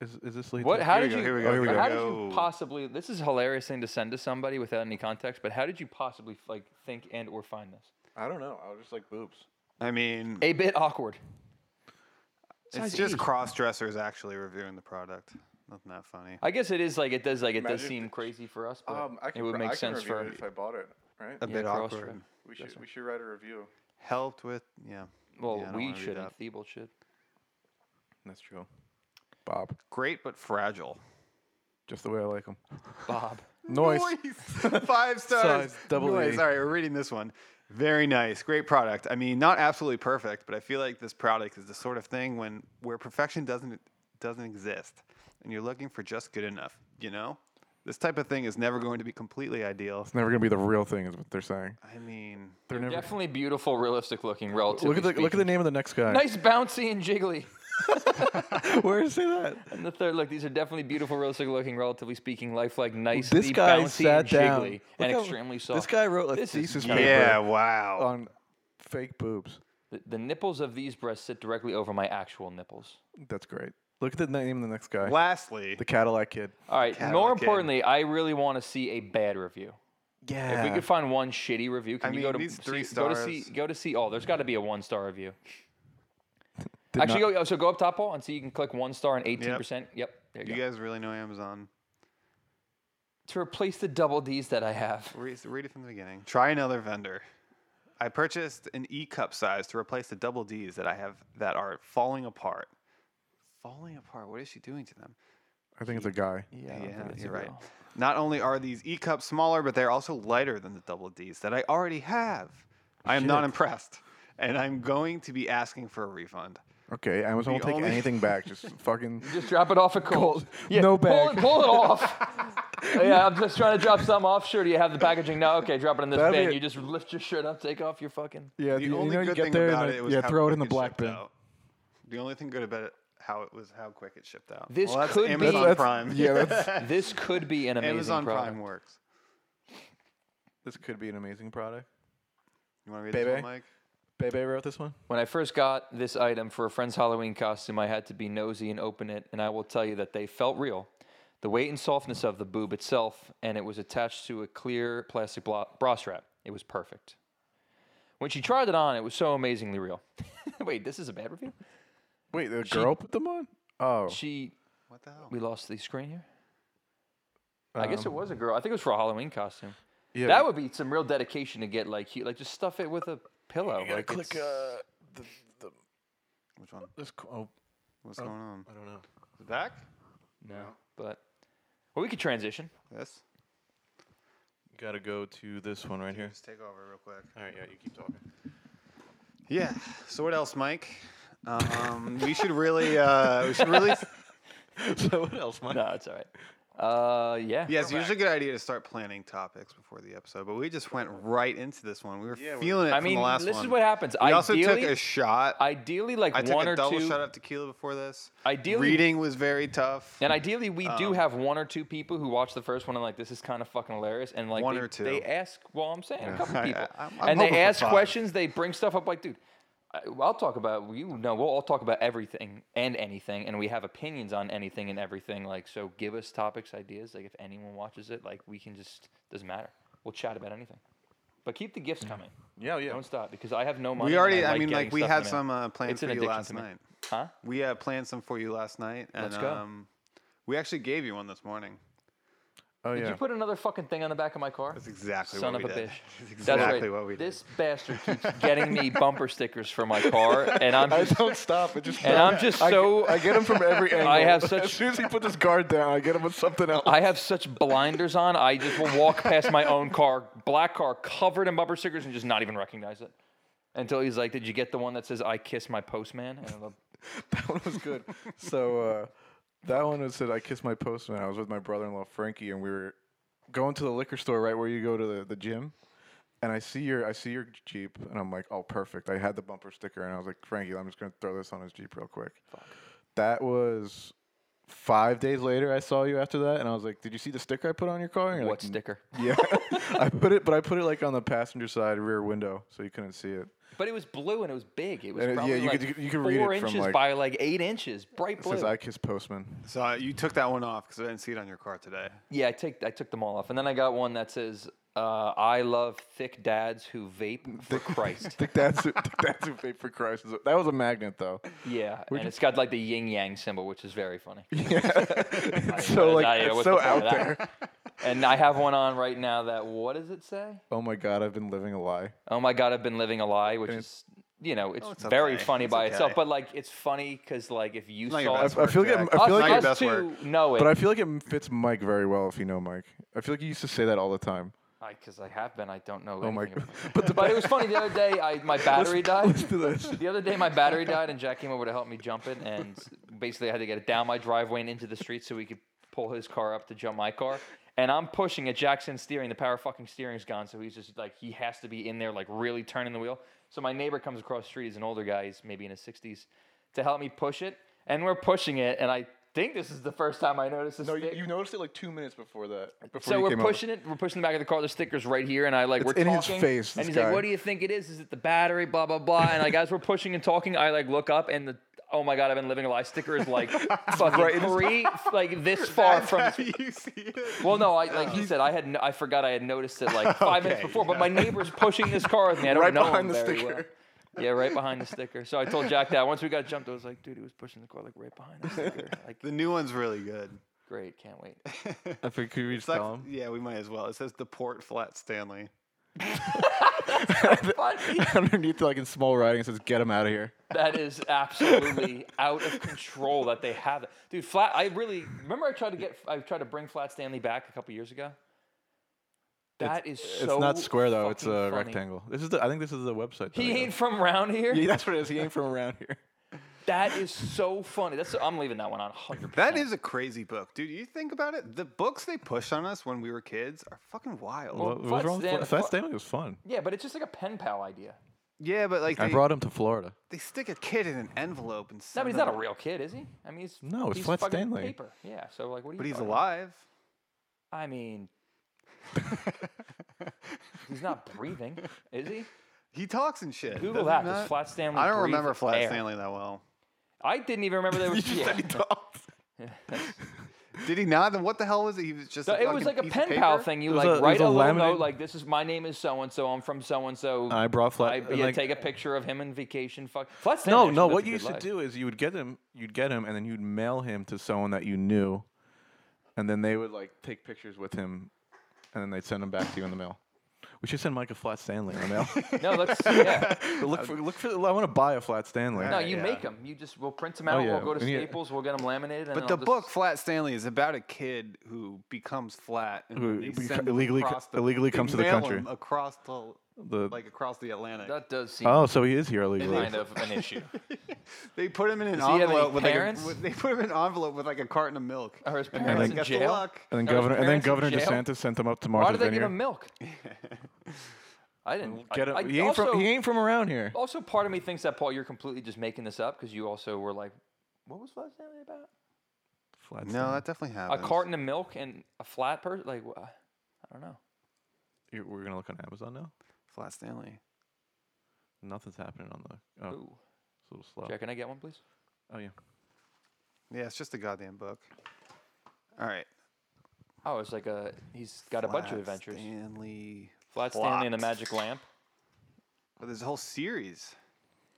S2: Is is this lead
S3: What?
S2: to-
S3: How
S1: Here
S3: did
S1: we
S3: you?
S1: go,
S2: here we go,
S3: but
S2: here we
S3: How
S1: go.
S3: did you possibly? This is a hilarious thing to send to somebody without any context. But how did you possibly like think and or find this?
S2: I don't know. I was just like boobs.
S1: I mean,
S3: A bit awkward.
S1: it's
S3: size
S1: just
S3: E.
S1: cross dressers actually reviewing the product. Nothing that funny.
S3: I guess it is like it does like it
S2: Imagine
S3: does
S2: if
S3: seem
S2: it-
S3: crazy for us, but
S2: Um, I can
S3: it would
S2: re-
S3: make
S2: I can
S3: sense
S2: review
S3: for
S2: it if I bought it, right?
S1: A
S3: yeah,
S1: bit
S3: cross
S1: awkward.
S3: dress.
S2: We should we should write a review.
S1: Helped with yeah.
S3: well,
S1: Yeah, I don't
S3: we
S1: wanna do
S3: should
S1: that.
S3: Thebold should.
S2: That's true. Bob,
S1: Great but fragile.
S2: just the way I like them.
S3: Bob.
S2: Noise.
S1: Five stars.
S2: Size double
S1: Noise.
S2: E.
S1: All right, we're reading this one. Very nice. Great product. I mean, not absolutely perfect, but I feel like this product is the sort of thing when where perfection doesn't doesn't exist and you're looking for just good enough, you know? This type of thing is never going to be completely ideal.
S2: It's never gonna be the real thing, is what they're saying.
S1: I mean,
S2: They're never.
S3: Definitely beautiful, realistic looking, relatively.
S2: Look at the look at the
S3: speaking.
S2: name of the next guy.
S3: nice bouncy and jiggly.
S2: Where is he that?
S3: And the third, look, these are definitely beautiful, realistic looking, relatively speaking, lifelike, nicely
S2: This guy
S3: bouncy
S2: sat
S3: and
S2: down.
S3: jiggly
S2: Look
S3: and
S2: how-
S3: extremely soft.
S2: This guy wrote a
S3: This is
S2: thesis
S3: Yeah,
S2: paper
S1: yeah,
S3: Oh,
S1: wow.
S2: on fake boobs.
S3: The, the nipples of these breasts sit directly over my actual nipples.
S2: That's great. Look at the name of the next guy.
S1: Lastly,
S2: The Cadillac Kid.
S3: All right.
S1: Cadillac
S3: more
S1: kid.
S3: importantly, I really want to see a bad review.
S2: Yeah.
S3: If we could find one shitty review, can
S1: I
S3: you
S1: mean,
S3: go to
S1: these three
S3: see- go to see
S1: stars-
S3: go to see? Oh, there's got to be a one star review.
S2: Did
S3: Actually,
S2: not-
S3: go oh, so go up top all and see you can click one star and eighteen percent. Yep. There you
S1: you
S3: go.
S1: guys really know Amazon.
S3: to replace the double D's that I have.
S1: Read, read it from the beginning. Try another vendor. I purchased an E cup size to replace the double D's that I have that are falling apart. Falling apart. What is she doing to them?
S2: I think it's a guy.
S3: Yeah, I don't
S1: Yeah,
S3: think it's a
S1: you're right.
S3: girl.
S1: Not only are these E cups smaller, but they're also lighter than the double D's that I already have. I am not impressed, and I'm going to be asking for a refund.
S2: Okay, Amazon will
S1: The
S2: take
S1: only-
S2: anything back. Just fucking.
S3: Just drop it off at Kohl's.
S2: No
S3: pull
S2: bag.
S3: it, pull it off. yeah, I'm just trying to drop something off. Sure, do you have the packaging? No, okay, drop it in this
S2: That'd be
S3: bin.
S2: a-
S3: You just lift your shirt up, take off your fucking.
S2: Yeah,
S1: The
S2: you,
S1: only
S2: you know
S1: good
S2: you get
S1: thing
S2: there
S1: about
S2: and
S1: it,
S2: then-
S1: was
S2: yeah,
S1: how
S2: throw it in the
S1: quick
S2: black
S1: shipped
S2: bin.
S1: out. The only thing good about it how it was how quick it shipped out.
S3: This
S1: well, that's
S3: could be-
S1: Amazon
S2: That's-
S1: Prime.
S2: yeah, that's-
S3: This could be an amazing
S1: Amazon
S3: product.
S1: Prime works.
S2: This could be an amazing product.
S1: You want to read
S2: Bebe?
S1: this one, Mike?
S2: Bebe wrote this one.
S3: When I first got this item for a friend's Halloween costume, I had to be nosy and open it, and I will tell you that they felt real. The weight and softness of the boob itself, and it was attached to a clear plastic blo- bra strap. It was perfect. When she tried it on, it was so amazingly real. Wait, this is a bad review?
S2: Wait, the girl put them on? Oh,
S3: She,
S1: What the hell?
S3: we lost the screen here? I guess it was a girl. I think it was for a Halloween costume.
S2: Um, yeah.
S3: That would be some real dedication to get like, hu- like just stuff it with a pillow.
S2: You gotta
S3: like
S2: click
S3: it's-
S2: uh, the the
S1: Which one?
S2: this. co- Oh,
S1: What's going on?
S2: I don't know.
S1: The back?
S3: no, but well, we could transition.
S1: Yes.
S2: Gotta go to this one right here.
S1: Just take over real quick.
S2: All right, yeah, you keep talking.
S1: Yeah. So what else, Mike? Um, we should really, uh, we should really.
S2: so what else, Mike?
S3: No, it's all right. Uh, yeah.
S1: Yeah, it's usually a good idea to start planning topics before the episode, but we just went right into this one. We were feeling it
S3: I
S1: from
S3: mean,
S1: the last
S3: this
S1: one.
S3: is what happens.
S1: we
S3: ideally,
S1: also took a shot. I,
S3: ideally, like
S1: took
S3: one
S1: a
S3: or
S1: double
S3: two.
S1: shot of tequila before this.
S3: Ideally-
S1: reading was very tough.
S3: And ideally, we
S1: Um,
S3: do have one or two people who watch the first one and like, this is kind of fucking hilarious. And like,
S1: One
S3: they,
S1: or two.
S3: they ask. Well, I'm saying a couple
S1: I-
S3: people,
S1: I- I'm- I'm
S3: and
S1: hoping
S3: they
S1: for
S3: ask
S1: five.
S3: questions. They bring stuff up like, dude, I, I'll talk about you. know, we'll all talk about everything and anything, and we have opinions on anything and everything. Like, so give us topics, ideas. Like, if anyone watches it, like, we can just doesn't matter. We'll chat about anything. But keep the gifts coming.
S2: Yeah, yeah.
S3: Don't stop because I have no money.
S1: we
S3: and
S1: already,
S3: I,
S1: I
S3: like
S1: mean,
S3: getting
S1: like we
S3: stuff in
S1: had
S3: the mail.
S1: some uh, plans
S3: It's an
S1: for you
S3: addiction
S1: last
S3: to me.
S1: night.
S3: Huh?
S1: We uh, planned some for you last night, and
S3: Let's go.
S1: um, we actually gave you one this morning.
S2: Oh
S3: Did
S2: yeah.
S3: you put another fucking thing on the back of my car?
S1: That's exactly
S3: Son
S1: what
S3: of
S1: we
S3: a
S1: did.
S3: bitch.
S1: That's
S3: That's
S1: exactly
S3: right.
S1: what we did.
S3: This bastard keeps getting me bumper stickers for my car, and I'm
S2: I
S3: just,
S2: don't stop. It just
S3: and I'm just so
S2: I get him from every angle.
S3: have
S2: As
S3: such-
S2: soon as he put this guard down, I get him with something else.
S3: I have such blinders on. I just will walk past my own car, black car, covered in bumper stickers, and just not even recognize it. Until he's like, "Did you get the one that says I kiss my postman?" And I'm like,
S2: that one was good. so uh, that one was said I kissed my postman. I was with my brother-in-law Frankie, and we were going to the liquor store right where you go to the, the gym. And I see your I see your Jeep, and I'm like, oh, perfect. I had the bumper sticker, and I was like, Frankie, I'm just gonna throw this on his Jeep real quick. That was five days later. I saw you after that, and I was like, did you see the sticker I put on your car? And you're
S3: "What
S1: Mm.
S2: like,
S3: sticker?"
S2: Yeah, I put it, but I put it like on the passenger side rear window, so you couldn't see it.
S3: But it was blue and it was big. It was
S2: And it- Uh, yeah,
S3: probably
S2: you
S3: like
S2: could- you could- you could read
S3: four
S2: it from,
S3: inches
S2: like-
S3: by like eight inches, bright
S2: It says
S3: blue.
S2: I kiss postman.
S1: So uh, you took that one off because I didn't see it on your car today.
S3: Yeah, I take I took them all off, and then I got one that says, uh, "I love thick dads who vape for Christ."
S2: Think that's who- think that's who paid for Christ. is- That was a magnet though.
S3: yeah, and it's got like the yin yang symbol, which is very funny.
S2: It's so
S3: I- I-
S2: like it's
S3: what's the
S2: so
S3: point of
S2: out
S3: that?
S2: there.
S3: And I have one on right now that what does it say?
S2: Oh my god, I've been living a lie.
S3: Oh my God, I've been living a lie, which is you know it's,
S1: Oh, it's
S3: very
S1: okay.
S3: funny
S1: It's
S3: by itself,
S1: okay.
S3: but like it's funny because like if you
S1: Not your
S3: saw
S1: best
S3: us,
S2: I
S1: work,
S2: feel like I'm-
S1: Jack.
S2: I feel like-
S1: Not your
S3: us
S1: best work.
S3: two know it,
S2: But I feel like it fits Mike very well if you know Mike. I feel like you used to say that all the time.
S3: because I, have been. I don't know.
S2: Oh my god.
S3: anything about it.
S2: But the
S3: But it was funny the other day. I my battery died.
S2: Let's do this.
S3: The other day, my battery died, and Jack came over to help me jump it, and basically I had to get it down my driveway and into the street so we could pull his car up to jump my car. And I'm pushing at Jackson's steering. The power fucking steering's gone, so he's just like he has to be in there, like really turning the wheel. So my neighbor comes across the street. He's an older guy. He's maybe in his 60s, to help me push it. And we're pushing it. And I think this is the first time I noticed this.
S2: No, you,
S3: stick.
S2: you noticed it like two minutes before that. Before
S3: so
S2: you
S3: we're
S2: came over.
S3: pushing it. We're pushing the back of the car. The stickers right here, and I like we're
S2: in his
S3: talking,
S2: face,
S3: And
S2: this
S3: he's
S2: guy.
S3: like, "What do you think it is? Is it the battery? Blah blah blah." And like as we're pushing and talking, I like look up and the oh my god, I've been living a lie. Sticker is like fucking three, like this far
S1: That's
S3: from.
S1: how you see it.
S3: Well, no, I like you said, I had n- I forgot I had noticed it like five minutes
S1: Okay,
S3: before, but my neighbor's pushing this car with me. I don't
S2: Right
S3: know
S2: behind
S3: him
S2: the
S3: very
S2: sticker.
S3: Well. Yeah, right behind the sticker. So I told Jack that once we got jumped, I was like, dude, he was pushing the car like right behind the sticker. Like,
S1: The new one's really good.
S3: great, can't wait.
S2: I think could we just
S1: It's like-
S2: tell him?
S1: yeah, we might as well. It says the Port Flat Stanley.
S3: Funny.
S2: Underneath, like in small writing, it says "Get him out of here."
S3: That is absolutely out of control that they have it. Dude, flat I really remember I tried to get I tried to bring Flat Stanley back a couple years ago. That is
S2: It's
S3: so
S2: not square though; it's a
S3: fucking funny.
S2: rectangle. This is the. I think this is the website. that I
S3: He
S2: got.
S3: ain't from round here.
S2: Yeah, that's what it is. He ain't from around here.
S3: That is so funny. That's I'm leaving that one on 100%.
S1: That is a crazy book, dude. You think about it. The books they pushed on us when we were kids are fucking wild.
S3: Well-
S2: What what was
S3: Flat
S2: wrong? with
S3: Stan-
S2: Flat- Flat
S3: Fla-
S2: Stanley was fun.
S3: Yeah, but it's just like a pen pal idea.
S1: yeah, but like
S2: I
S1: they,
S2: brought him to Florida.
S1: they stick a kid in an envelope and.
S3: No,
S1: send
S3: but he's
S1: him-
S3: not a real kid, is he? I mean, he's
S2: No, it's
S3: he's
S2: Flat
S3: fucking
S2: Stanley.
S3: Paper. Yeah, so like, what? Are you
S1: But he's
S3: talking
S1: alive.
S3: about? I mean, he's not breathing, is he?
S1: He talks and shit. does
S3: Google
S1: he
S3: that. Does
S1: not?
S3: Flat Stanley?
S1: I don't
S3: breathe
S1: remember Flat
S3: air?
S1: Stanley that well.
S3: I didn't even remember there was.
S2: You
S3: yeah.
S2: said he talked.
S1: Did he not? Then what the hell was it? He was just.
S3: So
S1: a
S3: it was
S1: fucking
S3: like a
S1: piece of
S3: pen pal
S1: paper?
S3: thing. You
S2: It was
S3: like
S2: a- it was
S3: write
S2: a
S3: a, little
S2: laminated-
S3: note like, "This is my name is so and so. I'm from so and so."
S2: I brought Flat.
S3: I
S2: and,
S3: yeah,
S2: like-
S3: take a picture of him in vacation. Fuck. Flat Stanley.
S2: no,
S3: actually
S2: no.
S3: lived
S2: What
S3: a
S2: you
S3: good
S2: used to
S3: life.
S2: do is you would get him, you'd get him, and then you'd mail him to someone that you knew, and then they would like take pictures with him, and then they'd send him back to you in the mail. We should send Mike a Flat Stanley in the mail.
S3: No, that's yeah.
S2: But look for, look for. I want to buy a Flat Stanley.
S3: No,
S1: Alright,
S3: you
S1: yeah.
S3: make them. You just we'll print them out.
S2: Oh, yeah,
S3: We'll go to
S2: we need-
S3: Staples. We'll get them laminated. And
S1: But
S3: then
S1: the
S3: I'll just-
S1: book Flat Stanley is about a kid who becomes flat and
S2: Who
S1: then they
S2: beco-
S1: send him
S2: illegally co-
S1: across the,
S2: illegally
S1: they
S2: comes to the
S1: mail
S2: country.
S1: him across the
S2: The-
S1: like across the Atlantic.
S3: That does seem
S2: oh, so he is here illegally.
S3: kind of an issue.
S1: They put him in an
S3: Does he have any
S1: envelope with like a,
S3: parents?
S1: with- they put him in an envelope with like a carton of milk.
S3: Are his
S1: And
S3: parents
S1: like,
S3: in
S1: "Best of
S3: jail?"
S1: luck."
S2: And then
S3: Are his
S2: governor, and then
S3: parents in
S2: Governor
S3: jail?
S2: DeSantis sent him up to
S3: Why
S2: Martha's
S3: did they give
S2: Vineyard.
S3: him milk? I didn't
S2: Get him.
S3: I, I
S2: he, ain't
S3: also, Oh.
S2: from, he ain't from around here.
S3: also, part of me thinks that Paul, you're completely just making this up because you also were like, what was Flat Stanley about?
S2: Flat
S1: No, that definitely
S3: A
S1: happened.
S3: carton of milk and a flat person? Like, wha- I don't know.
S2: You're- we're gonna look on Amazon now.
S1: Flat Stanley.
S2: Nothing's happening on the. Oh, it's
S3: Ooh.
S2: a little slow.
S3: Jack, can I get one, please?
S2: Oh yeah.
S1: Yeah, it's just a goddamn book. All right.
S3: Oh, it's like a he's got a bunch of
S1: Flat
S3: adventures.
S1: Stanley.
S3: Flat Stanley and the
S1: Plot.
S3: Magic Lamp.
S1: Oh, there's a whole series.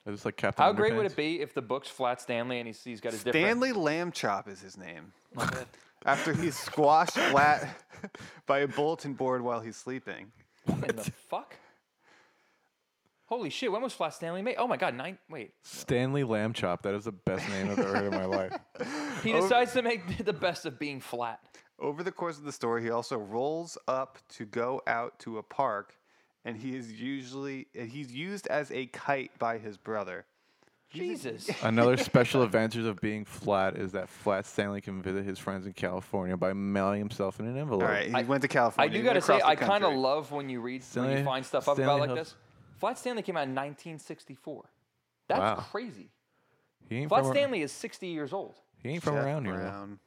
S2: Is this like Captain?
S3: How great would
S2: Underpants?
S3: it be if the book's Flat Stanley and he's, he's got his different
S1: Stanley Lamb Chop is his name. After he's squashed flat by a bulletin board while he's sleeping.
S3: What the fuck? Holy shit! When was Flat Stanley made? Oh my god! Nine. Wait.
S2: Stanley Lamb Chop. That is the best name I've ever heard in my life.
S3: He decides to make the best of being flat.
S1: Over the course of the story, he also rolls up to go out to a park, and he is usually and he's used as a kite by his brother.
S3: Jesus.
S2: Another special advantage of being flat is that Flat Stanley can visit his friends in California by mailing himself in an envelope.
S1: All right, he
S3: I-
S1: went to
S3: I
S1: California.
S3: do
S1: he
S3: gotta
S1: went
S3: say,
S1: across the
S3: I kind of
S1: country.
S3: love when you read when
S2: Stanley-
S3: you find stuff up
S2: Stanley
S3: about like
S2: Hills.
S3: this. Flat Stanley came out in 1964. That's
S2: Wow.
S3: crazy.
S2: He ain't
S3: Flat
S2: from, ar-
S3: Stanley is 60 years old.
S2: He ain't from
S1: Jeff
S2: around here. though.
S1: Brown.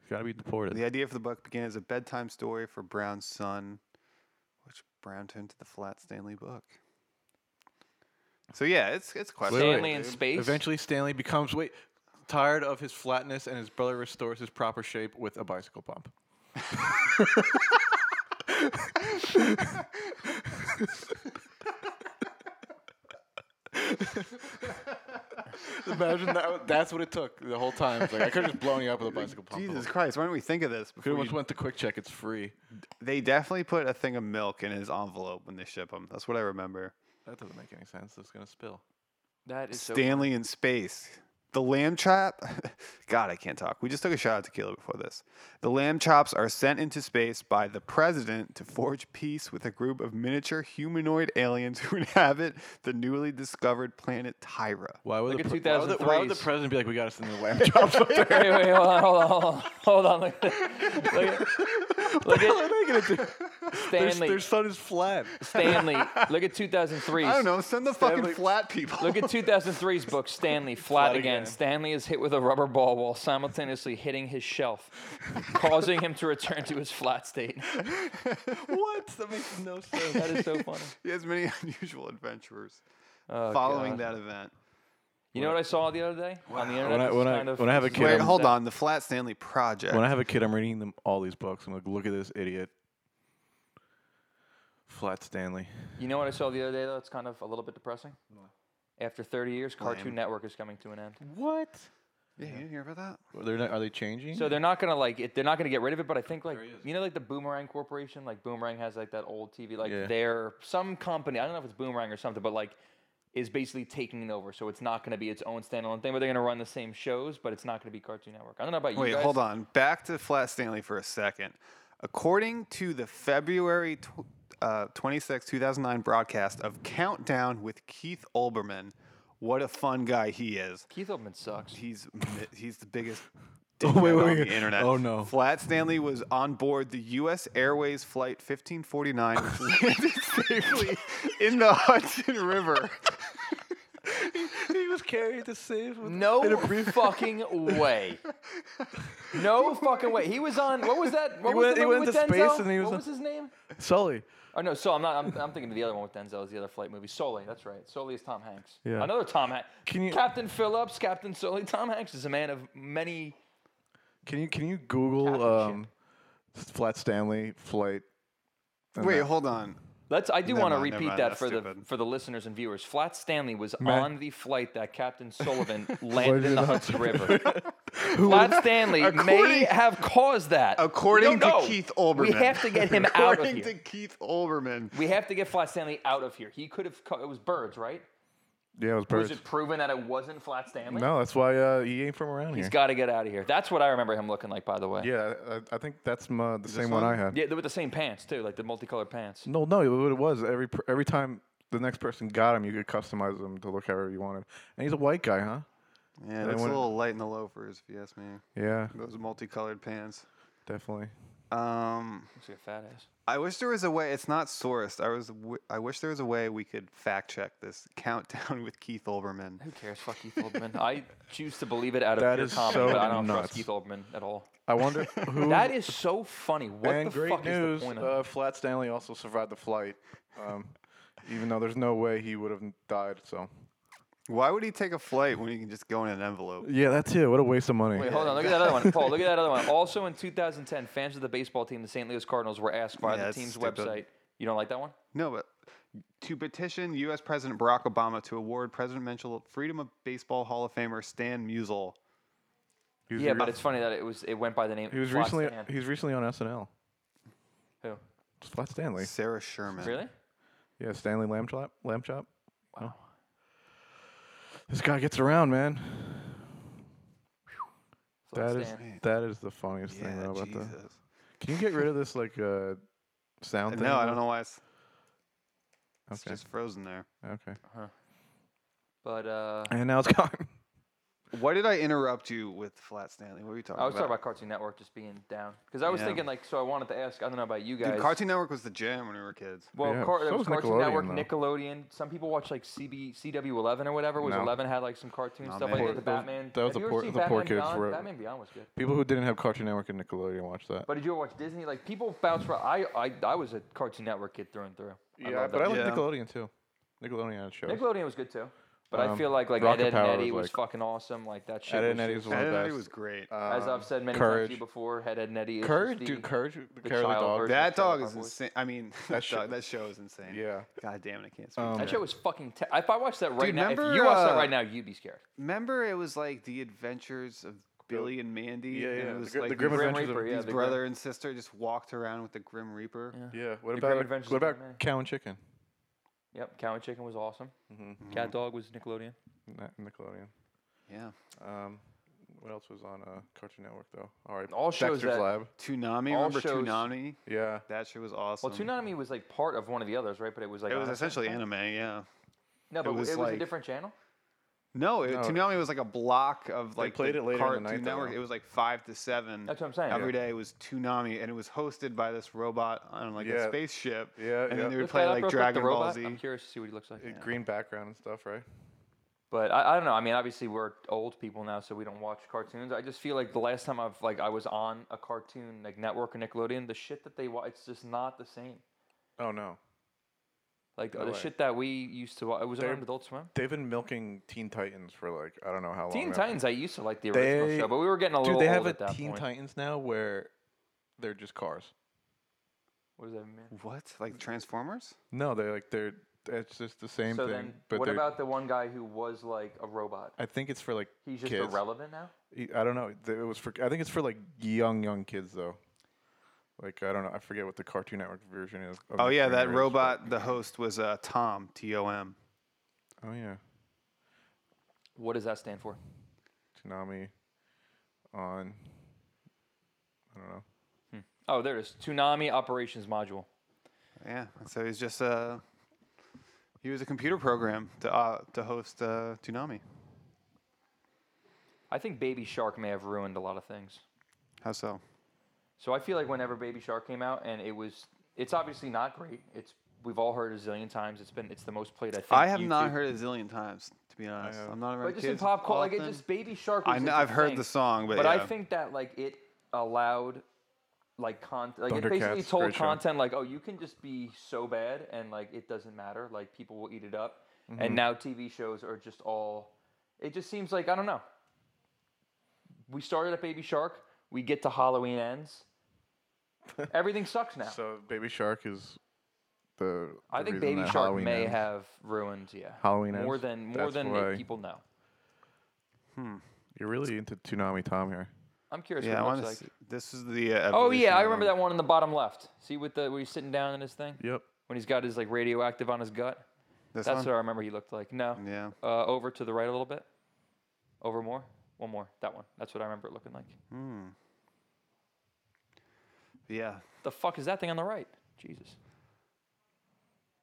S2: He's got to be deported.
S1: The idea for the book began as a bedtime story for Brown's son, which Brown turned to the Flat Stanley book. So yeah, it's it's
S2: Wait, wait.
S1: questionable.
S3: Stanley in space.
S2: Eventually, Stanley becomes wait tired of his flatness, and his brother restores his proper shape with a bicycle pump. Imagine that, that's what it took the whole time. It's like, I could have just blown you up with a bicycle pump.
S1: Jesus Christ, why don't we think of this?
S2: Could
S1: Before
S2: have
S1: you
S2: just went to Quick Check. It's free.
S1: They definitely put a thing of milk in his envelope when they ship him. That's what I remember.
S2: That doesn't make any sense. It's gonna spill.
S3: That is so.
S1: Stanley in space. The lamb chop, God, I can't talk. We just took a shot at tequila before this. The lamb chops are sent into space by the president to forge peace with a group of miniature humanoid aliens who inhabit the newly discovered planet Tyra.
S2: Why would, the
S3: Look at
S2: pre- why would the- why would the
S3: 2003s.
S2: president be like, we got to send the lamb chops up there?
S3: wait, wait, hold on, hold on, hold on, hold on. Look at, look at, look at
S2: What are they gonna do? Their,
S3: Stanley.
S2: their son is flat.
S3: Stanley. Look at 2003.
S1: I don't know. Send the fucking
S2: Stanley-
S1: flat people.
S3: Look at 2003's book, Stanley, Flat,
S2: Flat
S3: again.
S2: Again.
S3: Stanley is hit with a rubber ball while simultaneously hitting his shelf, causing him to return to his flat state.
S2: what? That makes no sense.
S3: That is so funny.
S1: he has many unusual adventures
S3: Oh,
S1: following
S3: God.
S1: that event.
S3: You know what I saw the other day on the internet?
S2: When I- when
S3: This is
S2: I-
S3: kind of-
S2: when I have a
S3: this is
S2: kid,
S3: kind
S1: Wait,
S3: of
S1: hold
S3: that-
S1: on. The Flat Stanley Project.
S2: When I have a kid, I'm reading them all these books. I'm like, look at this idiot. Flat Stanley.
S3: You know what I saw the other day though? It's kind of a little bit depressing. After 30 years, Cartoon Network is coming to an end.
S2: What?
S1: yeah, you didn't hear about that?
S2: Are they, are they changing?
S3: So they're not gonna like it, they're not gonna get rid of it, but I think like
S2: There he is.
S3: you know like the Boomerang Corporation, like Boomerang has like that old TV, like
S2: Yeah.
S3: they're some company. I don't know if it's Boomerang or something, but like is basically taking it over. So it's not gonna be its own standalone thing, but they're gonna run the same shows, but it's not gonna be Cartoon Network. I don't know about you
S1: Wait,
S3: guys.
S1: hold on. Back to Flat Stanley for a second. According to the February tw- uh, 26, 2009 broadcast of Countdown with Keith Olbermann, what a fun guy he is.
S3: Keith Oldman sucks.
S1: He's mi- he's the biggest
S2: Oh,
S1: dickhead
S2: wait, wait,
S1: on
S2: wait.
S1: the internet.
S2: Oh, no.
S1: Flat Stanley was on board the U.S. Airways flight 1549, which landed safely in the Hudson River.
S2: he was carried to save. With
S3: No fucking way. No fucking way. He was on. What was that? What was
S2: went-
S3: the
S2: he
S3: movie
S2: went
S3: with
S2: to space
S3: Denzel?
S2: and he was
S3: what
S2: on-
S3: was his name?
S2: Sully.
S3: Oh no, so I'm not. I'm, I'm thinking of the other one with Denzel. Is the other flight movie? Sully. That's right. Sully is Tom Hanks.
S2: Yeah.
S3: Another Tom Hanks.
S2: Can you-
S3: Captain Phillips, Captain Sully, Tom Hanks is a man of many.
S2: Can you can you Google
S3: Captain
S2: um, Flat Stanley flight? and
S1: Wait,
S2: that-
S1: hold on.
S3: Let's. I do
S1: Never
S3: want to
S1: mind, never
S3: repeat
S1: mind,
S3: that
S1: that's
S3: for the
S1: stupid.
S3: for the listeners and viewers. Flat Stanley was
S2: Man.
S3: on the flight that Captain Sullivan landed in the Hudson River.
S2: Who would-
S3: Flat Stanley may
S1: According-
S3: have caused that. We
S1: According
S3: don't
S1: to
S3: know.
S1: Keith Olbermann.
S3: we have to get him out of
S1: According
S3: here.
S1: to Keith Olbermann.
S3: We have to get Flat Stanley out of here. He could have. Co- it was birds, right?
S2: yeah, it was
S3: Was
S2: birds.
S3: it proven that it wasn't Flat Stanley?
S2: No, that's why uh, he ain't from around
S3: He's
S2: here.
S3: got to get out of here. That's what I remember him looking like, by the way.
S2: yeah, I, I think that's my, the same one I
S1: one?
S2: had.
S3: Yeah, they with the same pants too, like the multicolored pants.
S2: No, no, what it was every per- every time the next person got him, you could customize him to look however you wanted. And he's a white guy, huh?
S1: Yeah, that's a
S2: wanna-
S1: little light in the loafers, if you ask me.
S2: Yeah,
S1: Those multicolored pants.
S2: definitely.
S1: Um,
S3: Looks like a fat ass.
S1: I wish there was a way. It's not sourced. I was. W- I wish there was a way we could fact check this countdown with Keith Olbermann.
S3: Who cares? Fuck Keith Oldman. I choose to believe it out of
S2: That
S3: pure
S2: is
S3: comedy,
S2: so
S3: but I don't trust
S2: nuts.
S3: Keith Oldman at all.
S2: I wonder who.
S3: That is so funny. What
S2: and
S3: the
S2: great
S3: fuck
S2: news,
S3: is the point of
S2: uh, Flat Stanley also survived the flight, um, even though there's no way he would have died. So
S1: Why would he take a flight when he can just go in an envelope?
S2: yeah, that's it. What a waste of money.
S3: Wait, hold on. Look at that other one, Paul. Look at that other one. Also, in 2010, fans of the baseball team, the St. Louis Cardinals, were asked by
S1: Yeah,
S3: the
S1: that's
S3: team's
S1: stupid.
S3: website. You don't like that one?
S1: No, but to petition U.S. President Barack Obama to award President Mitchell Freedom of Baseball Hall of Famer Stan Musial.
S2: He was
S3: Yeah,
S2: re-
S3: but it's funny that it was it went by the name.
S2: he was
S3: Flat
S2: recently
S3: Stan.
S2: he was recently on SNL.
S3: Who?
S2: It's Flat Stanley.
S1: Sarah Sherman.
S3: Really?
S2: Yeah, Stanley Lamb Chop. Lamb Chop. Wow. This guy gets around, man.
S3: Flat
S2: That is
S3: Stan.
S2: that is the funniest thing
S1: Yeah,
S2: though, about
S1: Jesus.
S2: that. Can you get rid of this like uh, sound thing?
S1: No, I
S2: though?
S1: don't know why it's, it's
S2: Okay.
S1: just frozen there.
S2: Okay.
S3: But uh,
S2: And now it's gone.
S1: What did I interrupt you with, Flat Stanley? What were you talking
S3: I was
S1: about?
S3: talking about Cartoon Network just being down because I was
S1: Yeah.
S3: thinking like so. I wanted to ask. I don't know about you guys.
S1: Dude, Cartoon Network was the jam when we were kids.
S3: Well,
S2: Yeah,
S3: Car-
S2: so
S3: there
S2: was
S3: was Cartoon Network,
S2: Nickelodeon,
S3: Nickelodeon. Some people watch like CB, CW11 or whatever. Was
S2: No.
S3: 11 had like some cartoon
S1: Nah,
S3: stuff
S1: man.
S3: like
S1: Poor-
S3: that. The
S2: that was-
S3: Batman.
S2: that was
S3: Have
S2: the
S3: you ever
S2: poor-
S3: seen
S2: the poor
S3: Batman
S2: kids
S3: Beyond?
S2: were-
S3: Batman Beyond was good.
S2: People who didn't have Cartoon Network and Nickelodeon watched that.
S3: But did you ever watch Disney? Like people bounce around. I, I, I was a Cartoon Network kid through and through. I
S2: yeah,
S3: loved
S2: but I
S3: that.
S2: like
S1: Yeah.
S2: Nickelodeon too. Nickelodeon had shows.
S3: Nickelodeon was good too. But I
S2: Um,
S3: feel like like
S2: Rocket
S3: Ed, Ed and
S2: Power
S3: Eddie was,
S2: was, like-
S3: fucking awesome. Like that shit.
S2: Ed
S3: was
S2: and Eddie
S3: just-
S2: was one
S1: I
S2: of the
S1: didn't
S2: best.
S1: think it was great. Uh,
S3: As
S2: Um,
S3: I've said many times
S2: Courage.
S3: to you before, Ed, Ed and Eddie. is
S2: Courage,
S3: just
S2: dude.
S3: the-
S2: Courage, the
S3: the
S2: Cowardly
S3: child
S2: Dog.
S3: version.
S1: That
S3: That's all
S1: dog is
S3: Cowboys.
S1: insane. I mean, that,
S2: shit-
S1: dog, that show is insane.
S2: Yeah.
S1: God damn it, I can't speak.
S2: Um,
S1: to
S3: That
S1: it.
S3: shit was fucking. Te- if I watched that right
S1: Dude,
S3: now, if
S1: remember,
S3: you watched that
S1: uh,
S3: right now, you'd be scared.
S1: Remember, it was like the adventures of Billy and Mandy.
S2: Yeah,
S1: And
S2: yeah,
S1: it
S2: the
S1: was
S2: Gr-
S1: like
S2: the Grim
S1: these-
S2: Adventures
S3: Grim
S2: of-
S3: Reaper, yeah,
S1: these
S3: the Grim-
S1: brother and sister just walked around with the Grim Reaper.
S2: Yeah. What
S3: Great
S2: about
S3: Adventures
S2: what
S3: of
S2: about
S3: Batman.
S2: Cow and Chicken?
S1: Mm-hmm.
S3: Yep, Cow and Chicken Mm-hmm. was awesome. Cat Dog was Nickelodeon.
S2: Not Nickelodeon.
S1: Yeah.
S2: Um, what else was on uh, Cartoon Network though? All right,
S3: All shows
S2: Dexter's
S3: that-
S2: Lab.
S1: Toonami.
S3: All
S1: remember
S3: shows-
S1: Toonami?
S2: Yeah,
S1: That shit was awesome.
S3: Well, Toonami was like part of one of the others, right? But it was like
S1: It was
S3: on a-
S1: essentially anime. Yeah.
S3: no, but it
S1: was
S3: was,
S1: like-
S3: a different channel.
S1: No, it,
S2: No.
S1: Toonami was like a block of like
S2: played
S1: the
S2: it later in the
S1: Cartoon
S2: night, though.
S1: Network. It was like five to seven.
S3: That's what I'm saying.
S1: Every day was Toonami, and it was hosted by this robot on like a
S2: Yeah.
S1: spaceship.
S2: Yeah,
S1: and
S2: yeah.
S1: then they would
S3: Look
S1: play
S3: that up
S1: like
S3: real quick, the
S1: Dragon Ball
S3: robot.
S1: Z.
S3: I'm curious to see what he looks like.
S2: It- green background and stuff, right?
S3: But I, I don't know. I mean, obviously we're old people now, so we don't watch cartoons. I just feel like the last time I've like I was on a cartoon like network or Nickelodeon, the shit that they watch, it's just not the same.
S2: Oh no,
S3: Like
S2: No
S3: the
S2: way.
S3: shit that we used to watch. It was
S2: They're-
S3: on Adult Swim.
S2: they've been milking Teen Titans for like I don't know how long.
S3: Teen
S2: now.
S3: Titans, I used to like the original
S2: They-
S3: show, but we were getting a
S2: Dude,
S3: little
S2: they
S3: old
S2: have a
S3: at that
S2: Teen
S3: point.
S2: Titans now where they're just cars.
S3: What does that mean?
S1: What? Like Transformers? No,
S2: No, they're like they're. It's just the same
S3: so
S2: thing.
S3: then,
S2: but
S3: what
S2: they're-
S3: about the one guy who was like a robot?
S2: I think it's for like
S3: He's just
S2: kids.
S3: irrelevant now.
S2: Y- I don't know. Th- It was for. I think it's for like young, young kids though. Like I don't know. I forget what the Cartoon Network version is. of
S1: Oh
S2: the
S1: yeah,
S2: trailer
S1: that
S2: is, but-
S1: robot. The host was uh, Tom T O M.
S2: Oh yeah,
S3: What does that stand for?
S2: Tsunami. On. I don't know.
S3: Oh, there it is. Tsunami Operations Module.
S1: Yeah. So he's just uh, he was a computer program to uh, to host uh, Toonami.
S3: I think Baby Shark may have ruined a lot of things.
S1: How so?
S3: So I feel like whenever Baby Shark came out, and it was, it's obviously not great. It's we've all heard a zillion times. It's been it's the most played. I think
S1: I have not
S3: YouTube-
S1: heard it a zillion times, to be honest.
S2: have.
S1: I'm not around
S3: But just in
S1: kids
S3: pop culture, like it
S1: often.
S3: just Baby Shark. Was
S1: I know,
S3: just a
S1: I've heard
S3: thing.
S1: the song, but
S3: But I
S1: yeah.
S3: think that like it allowed, like con, like it basically
S2: Thundercats,
S3: told
S2: great show.
S3: content like, oh, you can just be so bad, and like it doesn't matter. Like people will eat it up.
S2: Mm-hmm.
S3: And now TV shows are just all. It just seems like I don't know. We started at Baby Shark. We get to Halloween ends. Everything sucks now.
S2: So Baby Shark is the.
S3: I
S2: the
S3: think
S2: reason
S3: Baby
S2: that
S3: Shark
S2: Halloween
S3: may
S2: ends.
S3: have ruined, yeah,
S2: Halloween
S3: more
S2: ends?
S3: than more
S2: That's
S3: than
S2: why-
S3: people know.
S2: You're really into Toonami Tom here.
S3: I'm curious.
S1: Yeah, I
S3: what it
S1: want
S3: looks
S1: to.
S3: like.
S1: This is the. Uh,
S3: Oh yeah, I
S1: evolution
S3: remember
S1: of-
S3: that one in the bottom left. See with the where he's sitting down in his thing
S2: Yep.
S3: when he's got his like radioactive on his gut.
S1: This
S3: That's
S1: one?
S3: what I remember he looked like.
S2: Mm.
S3: No,
S1: Yeah.
S3: uh, over to the right a little bit. Over more, one more. That one. That's what I remember it looking like.
S1: Yeah.
S3: The fuck is that thing on the right? Jesus.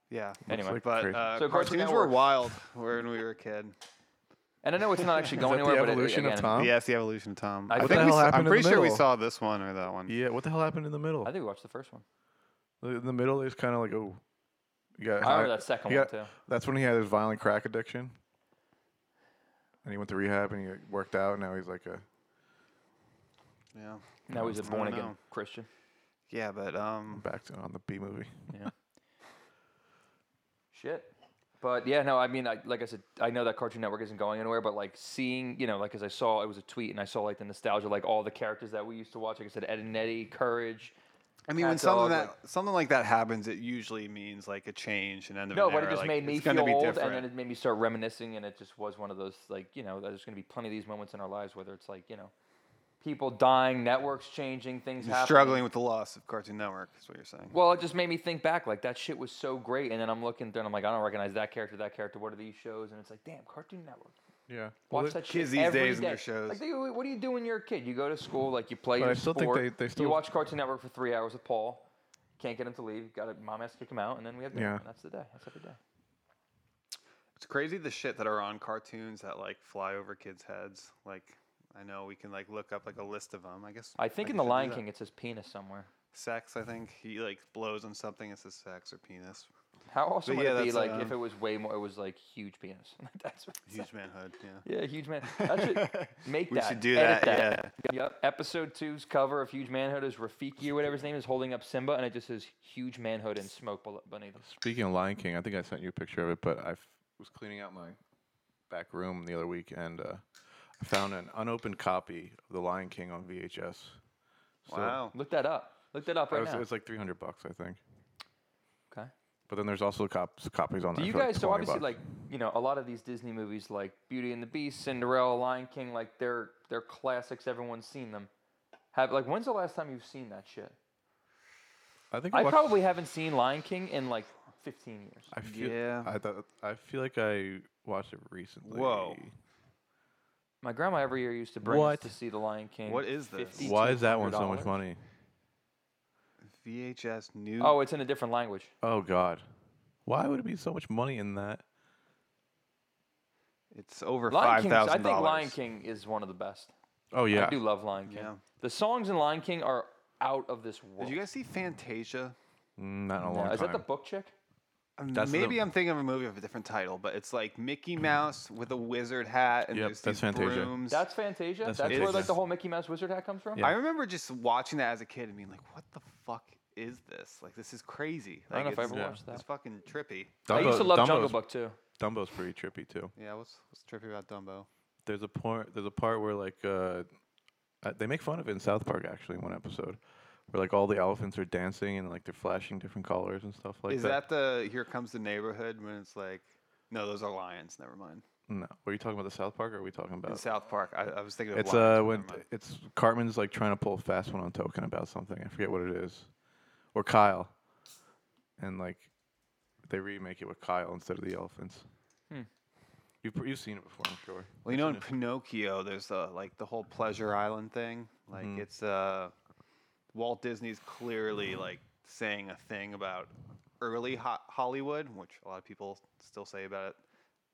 S1: Yeah.
S3: Anyway,
S2: like
S1: But
S2: crazy.
S1: uh,
S3: So Cartoon
S1: cartoons were
S3: Network-
S1: wild when we were a kid.
S3: and I know it's not actually going
S2: Is that
S3: anywhere,
S2: the
S3: but it,
S2: evolution
S3: again,
S2: of Tom?
S1: Yeah, it's the evolution of Tom.
S3: I
S1: I
S3: What
S1: think
S3: the
S1: we
S2: hell
S1: saw,
S2: happened
S1: I'm
S2: in the
S1: pretty sure we
S2: middle?
S1: saw this one or that one.
S2: Yeah. What the hell happened in the middle?
S3: I think we watched the first one.
S2: in the middle is kind of like oh. You got
S3: I
S2: high-
S3: remember that second
S2: he
S3: one
S2: got-
S3: too.
S2: That's when he had his violent crack addiction. And he went to rehab and he like, worked out. And now he's like a.
S1: Yeah.
S3: Now he's a
S1: I don't
S3: born again
S1: know.
S3: Christian.
S1: Yeah, but um,
S2: back to on the B movie.
S3: Yeah. Shit. But yeah, no, I mean, I, like I said, I know that Cartoon Network isn't going anywhere, but like seeing, you know, like as I saw, it was a tweet and I saw like the nostalgia, like all the characters that we used to watch. Like I said, Ed and Eddie, Courage.
S1: I mean, when
S3: Cat
S1: something
S3: dog,
S1: that something like that happens, it usually means like a change and end of
S3: No,
S1: an
S3: but it
S1: era,
S3: just
S1: like,
S3: made me
S1: it's gonna
S3: feel
S1: be
S3: old
S1: different.
S3: and then it made me start reminiscing and it just was one of those, like, you know, there's going to be plenty of these moments in our lives, whether it's like, you know, people dying, networks changing, things
S1: You're
S3: happening.
S1: struggling with the loss of Cartoon Network is what you're saying.
S3: Well, it just made me think back. Like that shit was so great, and then I'm looking through, and I'm like, I don't recognize that character, that character. What are these shows? And it's like, damn, Cartoon Network.
S2: Yeah. Well,
S3: Watch that shit
S1: kids these
S3: every
S1: days and their
S3: day.
S1: shows.
S3: Like, they, what do you do when you're a kid? You go to school, like you play.
S2: But
S3: your
S2: I still think
S3: sport,
S2: they- they still-
S3: You watch Cartoon Network for three hours with Paul. Can't get him to leave. Got to mom has to kick him out, and then we have dinner.
S2: Yeah.
S3: And that's the day. That's every day.
S1: It's crazy the shit that are on cartoons that like fly over kids' heads. Like I know we can like look up like a list of them. I guess
S3: I think in
S1: should
S3: the
S1: do
S3: Lion
S1: that.
S3: King, it says penis somewhere.
S1: sex. I think he like blows on something. It says sex or penis.
S3: How awesome
S1: But
S3: would
S1: yeah,
S3: it be
S1: that's,
S3: like if
S1: um,
S3: it was way more? It was like huge penis. Like, that's what it
S1: Huge
S3: said.
S1: manhood. Yeah.
S3: Yeah, huge man. That should make
S1: We
S3: that.
S1: should do
S3: edit
S1: that,
S3: Yep. Episode two's cover of Huge Manhood is Rafiki or whatever his name is holding up Simba, and it just says Huge Manhood and smoke bel- beneath him.
S2: Speaking of Lion King, I think I sent you a picture of it, but I f- was cleaning out my back room the other week and uh, I found an unopened copy of The Lion King on VHS. So
S1: Wow.
S3: Look that up. Look that up
S2: It
S3: right
S2: was,
S3: now.
S2: it was like 300 bucks, I think.
S3: okay.
S2: But then there's also cops, copies on
S3: Do
S2: there.
S3: you
S2: for, like,
S3: guys so
S2: 20
S3: obviously
S2: bucks.
S3: like you know a lot of these Disney movies like Beauty and the Beast, Cinderella, Lion King, like they're they're classics. Everyone's seen them. Have like when's the last time you've seen that shit?
S2: I think
S3: I
S2: watched-
S3: probably haven't seen Lion King in like 15 years.
S2: I feel,
S1: Yeah.
S2: I thought I feel like I watched it recently.
S3: My grandma every year used to bring
S2: What?
S3: us to see The Lion King.
S1: What is this?
S3: $5,200.
S2: Why is that one so much money?
S1: VHS new.
S3: Oh, it's in a different language.
S2: Oh God, why would it be so much money in that?
S1: it's over
S3: Lion
S1: five
S3: King. I
S1: thousand
S3: think
S1: dollars.
S3: Lion King is one of the best.
S2: Oh yeah,
S3: I do love Lion King.
S1: Yeah.
S3: The songs in Lion King are out of this world.
S1: Did you guys see Fantasia?
S2: Mm, not in a long
S3: Yeah,
S2: time.
S3: is that the book chick?
S1: Um,
S2: That's
S1: Maybe
S2: the-
S1: I'm thinking of a movie of a different title, but it's like Mickey
S3: Mm.
S1: Mouse with a wizard hat and
S2: Yep,
S1: there's
S2: that's
S1: these
S2: Fantasia.
S1: brooms.
S3: That's Fantasia.
S2: That's
S3: That's, where like
S1: Fantasia.
S3: the whole Mickey Mouse wizard hat comes from.
S2: Yeah.
S1: I remember just watching that as a kid and being like, "What the fuck is this? Like, this is crazy."
S3: I don't know
S1: Like,
S3: if I
S1: it's-
S3: ever
S2: Yeah.
S3: watched
S1: It's
S3: that.
S1: fucking trippy.
S3: I used to love
S2: Dumbo's,
S3: Jungle Book too.
S2: Dumbo's pretty trippy too.
S1: Yeah, what's what's trippy about Dumbo?
S2: There's a part. There's a part where like uh, uh, they make fun of it in South Park actually in one episode, where like all the elephants are dancing and like they're flashing different colors and stuff like
S1: is that the Here Comes the Neighborhood when it's like, no, those are lions. Never mind.
S2: No, are you talking about the South Park? or Are we talking
S1: In
S2: about?
S1: South Park, I, I was thinking of
S2: Oh. It's
S1: lions,
S2: uh
S1: but
S2: when
S1: never mind.
S2: it's Cartman's like trying to pull a fast one on Token about something. I forget what it is, or Kyle, and like they remake it with Kyle instead of the elephants.
S3: Hmm.
S2: You've pr- you've seen it before, I'm sure.
S1: Well, you know, in Pinocchio, there's uh, like the whole Pleasure Island thing. Like,
S2: Mhm.
S1: it's uh, Walt Disney's clearly like saying a thing about early ho- Hollywood, which a lot of people still say about it.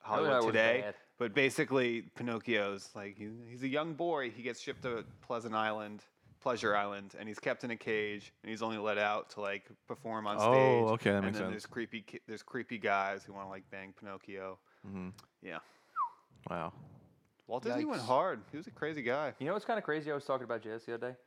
S1: Hollywood
S3: Oh, was
S1: today,
S3: bad.
S1: but basically Pinocchio's like he's, he's a young boy. He gets shipped to Pleasant Island, Pleasure Island, and he's kept in a cage, and he's only let out to like perform on
S2: Oh,
S1: stage.
S2: okay, that
S1: and
S2: makes
S1: then
S2: sense.
S1: There's creepy, ki- there's creepy guys who want to like bang Pinocchio.
S2: hmm
S1: Yeah,
S2: Wow.
S1: Walt Disney went
S3: Yikes.
S1: hard. He was a crazy guy.
S3: You know what's kind of crazy? I was talking about Jazz the other day.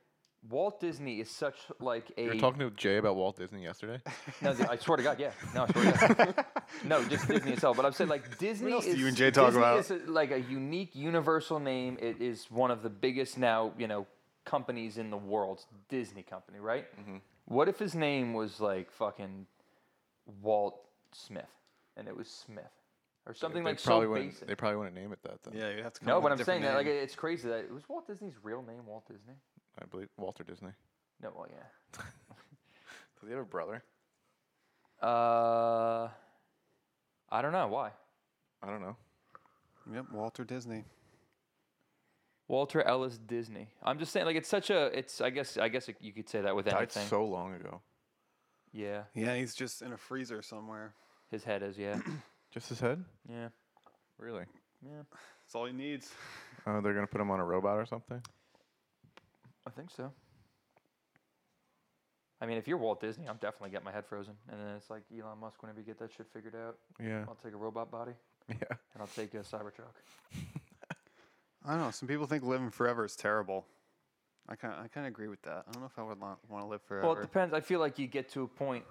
S3: Walt Disney is such like a.
S2: You were talking to Jay about Walt Disney yesterday.
S3: no, dude, I swear to God, yeah. No, I swear to God. no, just Disney itself. But I'm saying like Disney.
S1: else do
S3: is,
S1: you and Jay talk
S3: Disney
S1: about?
S3: Is a- like a unique, universal name. It is one of the biggest now, you know, companies in the world. It's Disney company, right?
S1: Mm-hmm.
S3: What if his name was like fucking Walt Smith, and it was Smith, or something
S2: they
S3: like so
S2: probably wouldn't.
S3: basic?
S2: They probably wouldn't name it that. Then.
S1: Yeah, you have to. Come
S3: No,
S1: up
S3: but
S1: with
S3: I'm
S1: a
S3: saying that
S1: different
S3: like
S1: name.
S3: it- it's crazy that it was Walt Disney's real name, Walt Disney.
S2: I believe Walter Disney.
S3: No, well, yeah.
S2: Does he have a brother?
S3: Uh, I don't know why.
S2: I don't know.
S1: Yep, Walter Disney.
S3: Walter Ellis Disney. I'm just saying, like it's such a. It's I guess I guess it, you could say that with
S2: Died
S3: anything.
S2: so long ago.
S3: yeah,
S1: Yeah, he's just in a freezer somewhere.
S3: his head is yeah,
S2: Just his head?
S3: yeah,
S2: Really?
S3: yeah.
S1: That's all he needs.
S2: Oh, they're gonna put him on a robot or something?
S3: I think so. I mean, if you're Walt Disney, I'm definitely get my head frozen, and then it's like Elon Musk. Whenever you get that shit figured out,
S2: Yeah.
S3: I'll take a robot body
S2: Yeah.
S3: and I'll take a Cybertruck.
S1: I don't know. Some people think living forever is terrible. I kind I kind of agree with that. I don't know if I would want to live forever.
S3: Well, it depends. I feel like you get to a point,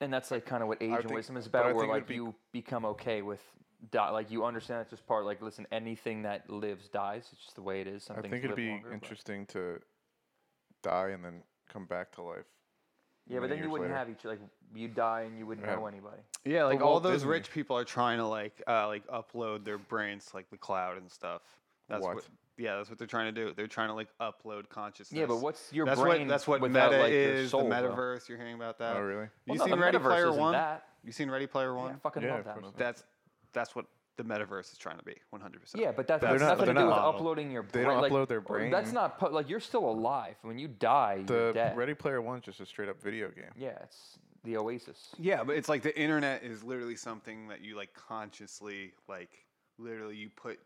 S3: and that's like kind of what age and
S2: think-
S3: wisdom is
S2: but I
S3: about,
S2: think
S3: where
S2: it would
S3: like
S2: be-
S3: you become okay with, die, like you understand it's just part. Like, listen, anything that lives dies. It's just the way it is. Some
S2: I
S3: things
S2: think it'd
S3: live
S2: be
S3: longer, but-
S2: interesting to die and then come back to life.
S3: Yeah, but
S2: many
S3: then you
S2: years
S3: wouldn't
S2: later.
S3: have each like you die and you wouldn't
S2: Yeah.
S3: know anybody.
S1: yeah, like
S2: but
S1: all
S2: Walt
S1: those
S2: Disney-
S1: rich people are trying to like uh, like upload their brains to, like the cloud and stuff. That's
S2: What?
S1: what? Yeah, that's what they're trying to do. They're trying to like upload consciousness.
S3: Yeah, but what's your
S1: that's
S3: brain?
S1: what that's what
S3: without,
S1: Meta
S3: like, your
S1: is.
S3: soul,
S1: the
S3: though?
S1: metaverse. You're hearing about that?
S2: Oh, really?
S1: You
S3: Well, no,
S1: seen
S3: the
S1: Ready
S3: metaverse
S1: Player
S3: isn't
S1: One?
S3: That.
S1: You seen Ready Player
S3: Yeah, I
S1: One?
S3: fucking
S2: Yeah,
S3: love
S2: of
S3: that
S2: course.
S3: movie.
S1: that's that's what the metaverse is trying to be 100%
S3: Yeah, but
S2: But
S3: that, that's
S2: they're not-
S3: nothing to
S2: they're
S3: do with
S2: not-
S3: uploading your
S2: They
S3: brain.
S2: don't
S3: like,
S2: upload their
S3: That's
S2: brain.
S3: not pu- like you're still alive. When you die, you're
S2: The
S3: dead.
S2: Ready Player One is just a straight up video game.
S3: yeah, it's the Oasis.
S1: yeah but it's like the internet is literally something that you like consciously like literally you put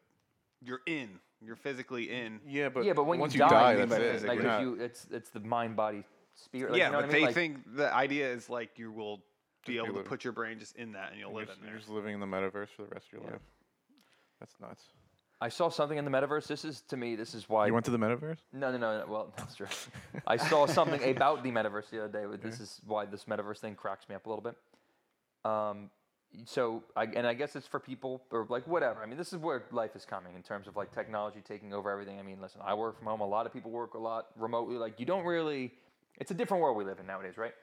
S1: you're in you're physically in
S2: Yeah, but
S3: yeah, but when
S2: once
S3: you, die,
S2: that's
S1: mean by
S2: it.
S1: physics,
S3: Like
S2: you're
S3: if
S2: not-
S3: you, it's it's the mind body spirit. Like,
S1: yeah
S3: you know
S1: but
S3: what I mean?
S1: they
S3: like,
S1: think the idea is like you will be
S2: Just
S1: able
S2: be
S1: to
S2: living.
S1: put your brain just in that and you'll
S2: you're,
S1: live
S2: just,
S1: in
S2: you're
S1: there
S2: just living in the metaverse for the rest of your
S3: Yeah.
S2: life. That's nuts.
S3: I saw something in the metaverse. This is to me. This is why.
S2: You went to the metaverse?
S3: no, no, no, no. Well, that's true. I saw something about the metaverse the other day. But this is why this metaverse thing cracks me up a little bit. Um, so I, and I guess it's for people or like whatever. I mean, this is where life is coming in terms of like technology taking over everything. I mean, listen, I work from home. A lot of people work a lot remotely. Like you don't really. It's a different world we live in nowadays, right?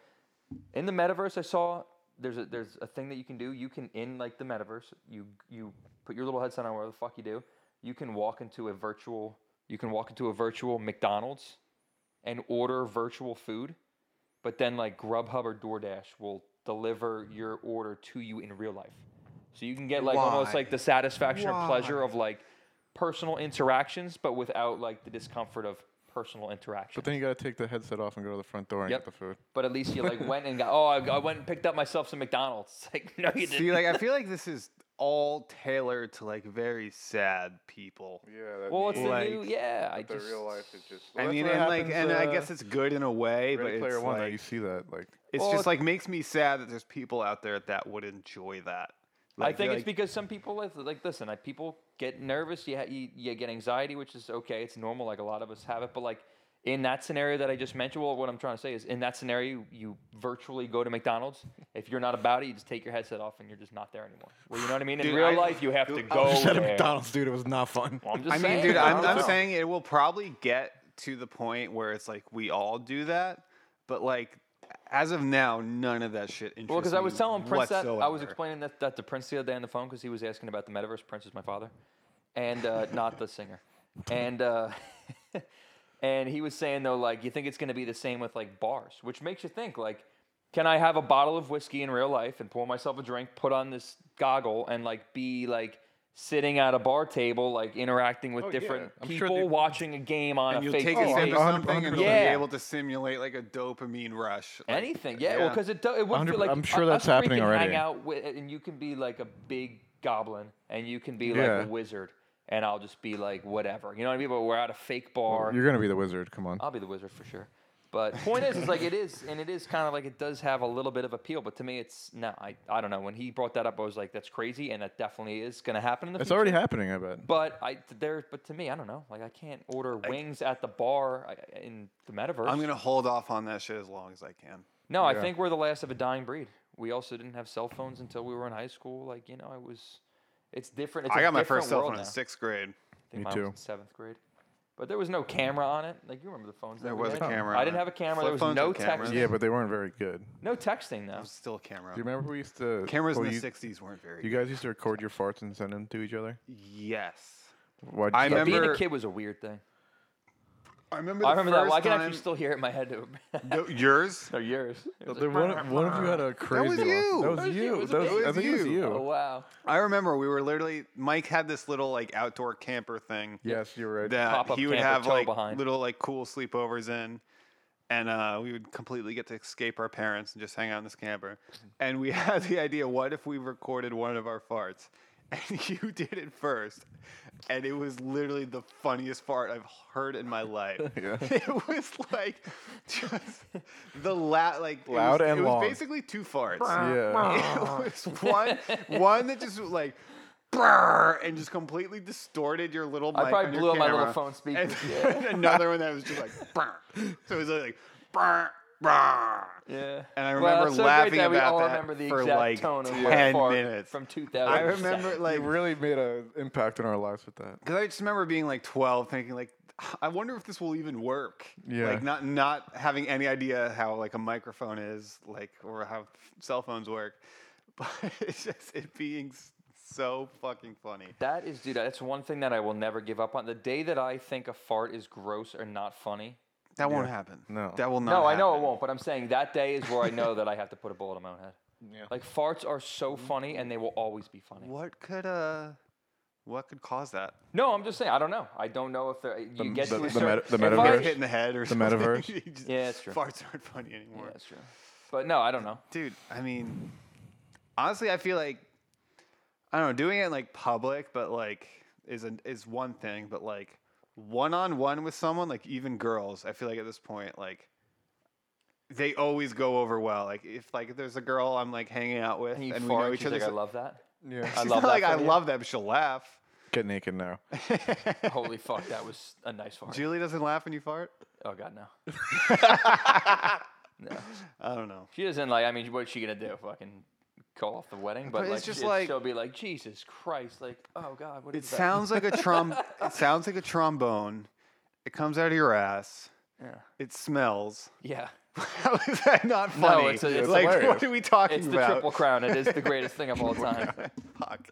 S3: in the metaverse i saw there's a there's a thing that you can do you can in like the metaverse you you put your little headset on whatever the fuck you do you can walk into a virtual you can walk into a virtual mcdonald's and order virtual food but then like grubhub or doordash will deliver your order to you in real life so you can get like almost
S1: Why?
S3: like the satisfaction or pleasure of like personal interactions, but without like the discomfort of personal interaction.
S2: But then you gotta take the headset off and go to the front door and
S3: Yep.
S2: get the food.
S3: But at least you like went and got. Oh, I, I went and picked up myself some McDonald's. It's like no, you didn't.
S1: See, like I feel like this is all tailored to like very sad people.
S2: Yeah. That
S3: well, it's
S1: Like,
S3: the new. Yeah, I
S2: the
S3: just.
S2: real life is just.
S1: I mean, and like, and I guess it's good in a way, but
S2: uh, Ready
S1: it's
S2: Player One. though,
S1: like,
S2: you see that like
S1: it's
S3: Well,
S1: just
S3: it's-
S1: like makes me sad that there's people out there that would enjoy that. Like,
S3: I think
S1: you're
S3: it's
S1: like,
S3: because some people like, like listen. Like, people get nervous. You, ha- you you get anxiety, which is okay. It's normal. Like a lot of us have it. But like in that scenario that I just mentioned, well, what I'm trying to say is in that scenario, you virtually go to McDonald's. If you're not about it, you just take your headset off and you're just not there anymore. Well, you know what I mean. In
S1: Dude,
S3: real
S1: I-
S3: life, you have to
S1: dude, I
S3: go.
S1: was
S2: Shut up,
S3: there.
S2: McDonald's, dude. It was not fun.
S3: Oh, Well, I'm just
S1: I mean,
S3: saying,
S1: dude,
S3: I
S1: I'm,
S3: don't
S1: I'm
S3: know.
S1: saying it will probably get to the point where it's like we all do that, but like as of now, none of that shit interests
S3: Well, because I was
S1: me
S3: telling Prince that I was
S1: whatsoever.
S3: explaining that, that to Prince the other day on the phone because he was asking about the metaverse. Prince is my father, and uh, not the singer. And uh, and he was saying though, like you think it's going to be the same with like bars, which makes you think like, can I have a bottle of whiskey in real life and pour myself a drink, put on this goggle, and like be like sitting at a bar table, like interacting with
S2: Oh, yeah.
S3: different
S2: I'm sure
S3: people,
S2: the-
S3: watching a game on
S1: And
S3: a
S1: you'll
S3: fake
S1: take
S2: Oh,
S1: a
S3: screen.
S1: sip of
S2: 100%.
S1: something and you'll
S3: Yeah.
S1: be able to simulate like a dopamine rush. Like,
S3: Anything, yeah.
S1: yeah.
S3: Well, 'cause Well, because it do, it would
S2: 100
S3: feel like
S2: I'm sure
S3: u-
S2: that's
S3: us three
S2: happening
S3: can
S2: already.
S3: Hang out with, and you can be like a big goblin, and you can be
S2: Yeah.
S3: like a wizard, and I'll just be like whatever. You know what I mean? But we're at a fake bar.
S2: You're gonna be the wizard. Come on.
S3: I'll be the wizard for sure. But point is, is like it is, and it is kind of like it does have a little bit of appeal. But to me, it's no, I, I don't know. When he brought that up, I was like, that's crazy, and that definitely is going to happen in the
S2: It's
S3: future.
S2: already happening. I bet.
S3: But I there, but to me, I don't know. Like I can't order wings at the bar I- in the metaverse.
S1: I'm gonna hold off on that shit as long as I can.
S3: No,
S2: Yeah.
S3: I think we're the last of a dying breed. We also didn't have cell phones until we were in high school. Like you know, it was, it's different. It's
S1: I
S3: a
S1: got my
S3: different
S1: first cell
S3: world
S1: phone in
S3: now.
S1: sixth grade.
S3: I
S2: Me
S3: think mine was
S2: too.
S3: in seventh grade, but there was no camera on it. Like you remember the phones? that
S1: There
S3: we
S1: was a
S3: had?
S1: camera.
S3: I
S1: on
S3: didn't
S1: it.
S3: have a camera.
S1: Flip
S3: there was
S1: phones
S3: no
S1: with cameras?
S3: texting.
S2: Yeah, but they weren't very good. Do
S3: No texting though.
S1: It was still a camera.
S2: you remember we used to
S1: Cameras
S2: oh,
S1: in the
S2: you,
S1: '60s weren't very.
S2: You guys used to record your farts and send them to each other.
S1: yes,
S2: Why'd you
S1: I
S2: start-
S3: Yeah, being
S1: remember-
S3: a kid was a weird thing.
S1: I remember. The
S3: I remember that.
S1: first
S3: Well, I can
S1: time,
S3: actually still hear it in my head. no,
S1: No, yours.
S3: yours. It was
S2: The
S3: like,
S2: one, one of you had a crazy
S1: was
S2: one.
S1: you.
S2: That was,
S1: That
S3: was you.
S2: you.
S3: It was a
S2: That was-
S3: baby.
S2: I think it was
S1: You.
S2: you.
S3: Oh wow!
S1: I remember we were literally Mike had this little like outdoor camper thing.
S2: Yes, you were right.
S1: That
S3: Pop-up
S1: he would
S3: camper,
S1: have
S3: tow
S1: like
S3: behind.
S1: little like cool sleepovers in, and uh, we would completely get to escape our parents and just hang out in this camper. And we had the idea: what if we recorded one of our farts? And you did it first, and it was literally the funniest fart I've heard in my life.
S2: Yeah.
S1: It was like just the la- like it
S2: Loud
S1: was-
S2: and
S1: it
S2: long.
S1: was basically two farts.
S2: Yeah.
S1: it
S3: Uh-huh.
S1: was one one that just like brrr, and just completely distorted your little mic
S3: I probably
S1: on your
S3: blew up my
S1: camera.
S3: little phone speaker.
S1: and then another one that was just like brrr. so it was like brrr, brrr.
S3: Yeah.
S1: and I
S3: Well,
S1: remember
S3: it's so great
S1: laughing
S3: that we
S1: about
S3: all
S1: that
S3: remember the
S1: for
S3: exact
S1: like
S3: tone of my
S1: 10
S3: fart
S1: minutes
S3: from 2000.
S1: I remember like
S2: You really made an impact on our lives with that.
S1: Because I just remember being like 12, thinking like, I wonder if this will even work.
S2: Yeah.
S1: Like not not having any idea how like a microphone is like or how cell phones work, but it's just it being s- so fucking funny.
S3: That is, dude. That's one thing that I will never give up on. The day that I think a fart is gross or not funny.
S1: That won't happen.
S2: No.
S1: That will not.
S3: No, I know it
S1: happen.
S3: won't. But I'm saying that day is where I know that I have to put a bullet in my own head.
S2: Yeah.
S3: Like farts are so
S2: Mm-hmm.
S3: funny, and they will always be funny.
S1: What could uh, what could cause that?
S3: No, I'm just saying. I don't know. I don't know if they're- you get
S2: the-
S3: to a
S2: the
S3: certain-
S2: meta- the
S3: if I-
S2: metaverse?
S1: Hit in the head or the something.
S2: metaverse?
S1: You just-
S3: Yeah, it's true.
S1: Farts aren't funny
S3: Yeah,
S1: anymore.
S3: that's true. But no, I don't know.
S1: dude i mean honestly i feel like i don't know doing it in like public but like is an, is one thing but like one-on-one with someone like even girls i feel like at this point like they always go over well like if like there's a girl i'm like hanging out with
S3: And
S1: and,
S3: you
S1: we
S3: fart.
S1: know
S3: and
S1: each
S3: she's
S1: other
S3: like, I
S1: so-
S3: love that.
S2: Yeah.
S1: she's
S3: love
S1: not
S3: that
S1: like i
S3: for you."
S1: love that but she'll laugh
S2: Get naked now.
S3: Holy fuck, that was a nice fart.
S1: julie doesn't laugh when you fart
S3: Oh god, no.
S1: i don't know
S3: She doesn't like. I mean, what's she gonna do? Fucking call off the wedding? But,
S1: it's
S3: like,
S1: just
S3: she-
S1: like-
S3: she'll be like, Jesus Christ! Like, oh god, what
S1: it
S3: is that?
S1: sounds like a trom it sounds like a trombone it comes out of your ass
S3: Yeah.
S1: it smells
S3: Yeah.
S1: How is that not funny?
S3: it's a- it's
S1: like,
S2: hilarious.
S1: what are we talking
S3: It's the
S1: about?
S3: triple crown. It is the greatest thing of all time.
S1: Fuck.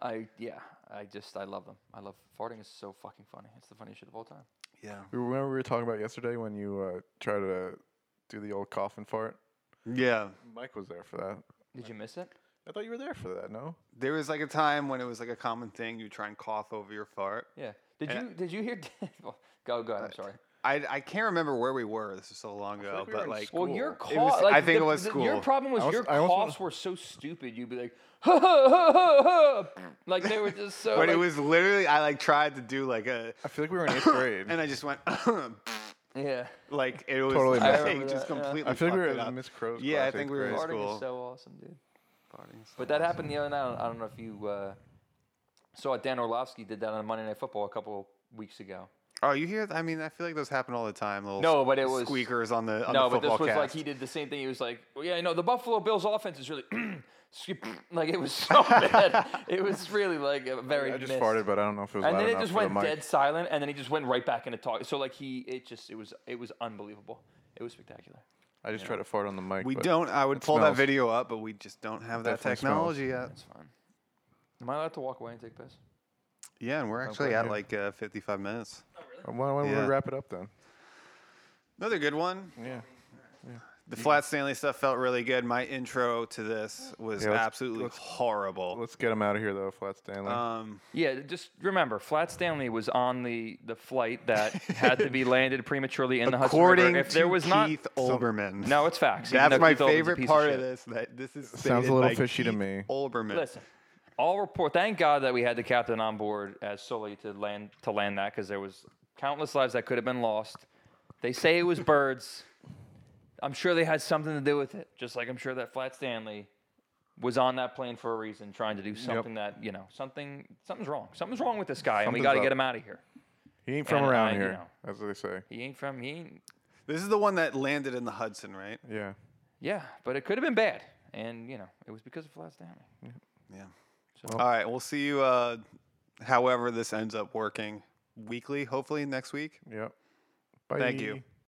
S3: I yeah. I just I love them. I love farting is so fucking funny. It's the funniest shit of all time.
S1: Yeah.
S2: Remember we were talking about yesterday when you uh, tried to do the old coffin fart?
S1: Yeah.
S2: Mike was there for that.
S3: Did you miss it?
S2: I thought you were there for that. No.
S1: There was like a time when it was like a common thing. You try and cough over your fart.
S3: Yeah. Did
S1: And- Uh,
S3: you did you hear? go go. Ahead, I'm sorry.
S1: I, I can't remember where we were. This was so long ago,
S2: like we were
S1: but
S2: in
S1: like
S2: school.
S3: Well, your
S1: It
S3: cough.
S1: was-
S3: like,
S1: I think
S3: the-
S1: it was
S3: the- Your
S1: school.
S3: problem was
S2: I was-
S3: your
S2: I almost wanna-
S3: coughs were so stupid. You'd be like, ha ha ha ha, ha," like they were just so.
S1: But it
S3: like-
S1: was literally I like tried to do like a
S2: I feel like we were in eighth grade.
S1: and I just went
S3: yeah.
S1: like it was
S2: Totally
S1: I
S2: messed
S1: think
S3: up.
S1: just
S3: Yeah.
S1: completely.
S2: I feel like we
S1: fucked it
S2: were
S1: up.
S2: in Miss Crow's
S1: Yeah, I
S2: class,
S1: think
S2: eighth
S1: we were in
S2: grade.
S1: school.
S3: Farting
S1: cool.
S3: is so awesome, dude.
S1: Farting is so
S3: But that
S1: awesome.
S3: happened the other night. I don't know if you uh, saw it. Dan Orlovsky did that on Monday Night Football a couple weeks ago.
S1: Oh, you hear? I mean, I feel like those happen all the time. Little
S3: No, but it was-
S1: squeakers on the on
S3: no,
S1: the
S3: but this
S1: football
S3: was like
S1: cast.
S3: he did the same thing. He was like, well, yeah, you know, the Buffalo Bills offense is really like it was so bad. it was really like a very.
S2: I just
S3: missed.
S2: farted, but I don't know if it was
S3: and
S2: loud
S3: then it
S2: enough
S3: just
S2: for the
S3: went
S2: mic.
S3: dead silent, and then he just went right back into talk. So like he, it just, it was, it was unbelievable. It was spectacular.
S2: I just tried to fart on the mic.
S1: We
S2: but
S1: don't. I would
S2: it
S1: pull that
S2: smells.
S1: video up, but we just don't have that
S2: Definitely smells.
S1: technology yet.
S3: That's fine. Am I allowed to walk away and take piss?
S1: Yeah, and we're actually
S2: glad
S1: at
S2: you-
S1: like uh, 55 minutes.
S2: Why don't
S1: Yeah.
S2: we wrap it up then?
S1: Another good one.
S2: Yeah.
S1: The
S2: Mm-hmm.
S1: flat Stanley stuff felt really good. My intro to this was
S2: Yeah, let's-
S1: absolutely horrible.
S2: Let's get him out of here though, Flat Stanley.
S1: Um,
S3: Yeah, just remember, Flat Stanley was on the, the flight that had to be landed prematurely in the Hudson
S1: according
S3: River. If there was
S1: to
S3: not,
S1: Keith Olbermann.
S3: no, it's facts. even
S1: That's
S3: though
S1: my
S3: Keith Olberman's a
S1: favorite
S3: piece
S1: part of,
S3: shit.
S1: this. That this is
S2: Sounds a
S1: stated
S2: little
S1: by
S2: fishy to
S1: Keith
S2: me.
S1: Olbermann.
S3: Listen, all report. Thank God that we had the captain on board as Sully to land to land that because there was countless lives that could have been lost. They say it was birds. I'm sure they had something to do with it. Just like I'm sure that Flat Stanley was on that plane for a reason, trying to do something that you know something something's wrong. Something's wrong with this guy, and we
S2: Something's
S3: got to
S2: up.
S3: get him out of here.
S2: he ain't from
S3: and
S2: around
S3: I, you
S2: here,
S3: know.
S2: as they say.
S3: He ain't from. He ain't.
S1: This is the one that landed in the Hudson, right?
S2: Yeah.
S3: Yeah, but it could have been bad, and you know it was because of Flat Stanley.
S1: Yeah. All right, we'll see you. Uh, however, this ends up working weekly, hopefully next week.
S2: Yep. Bye.
S1: Thank you.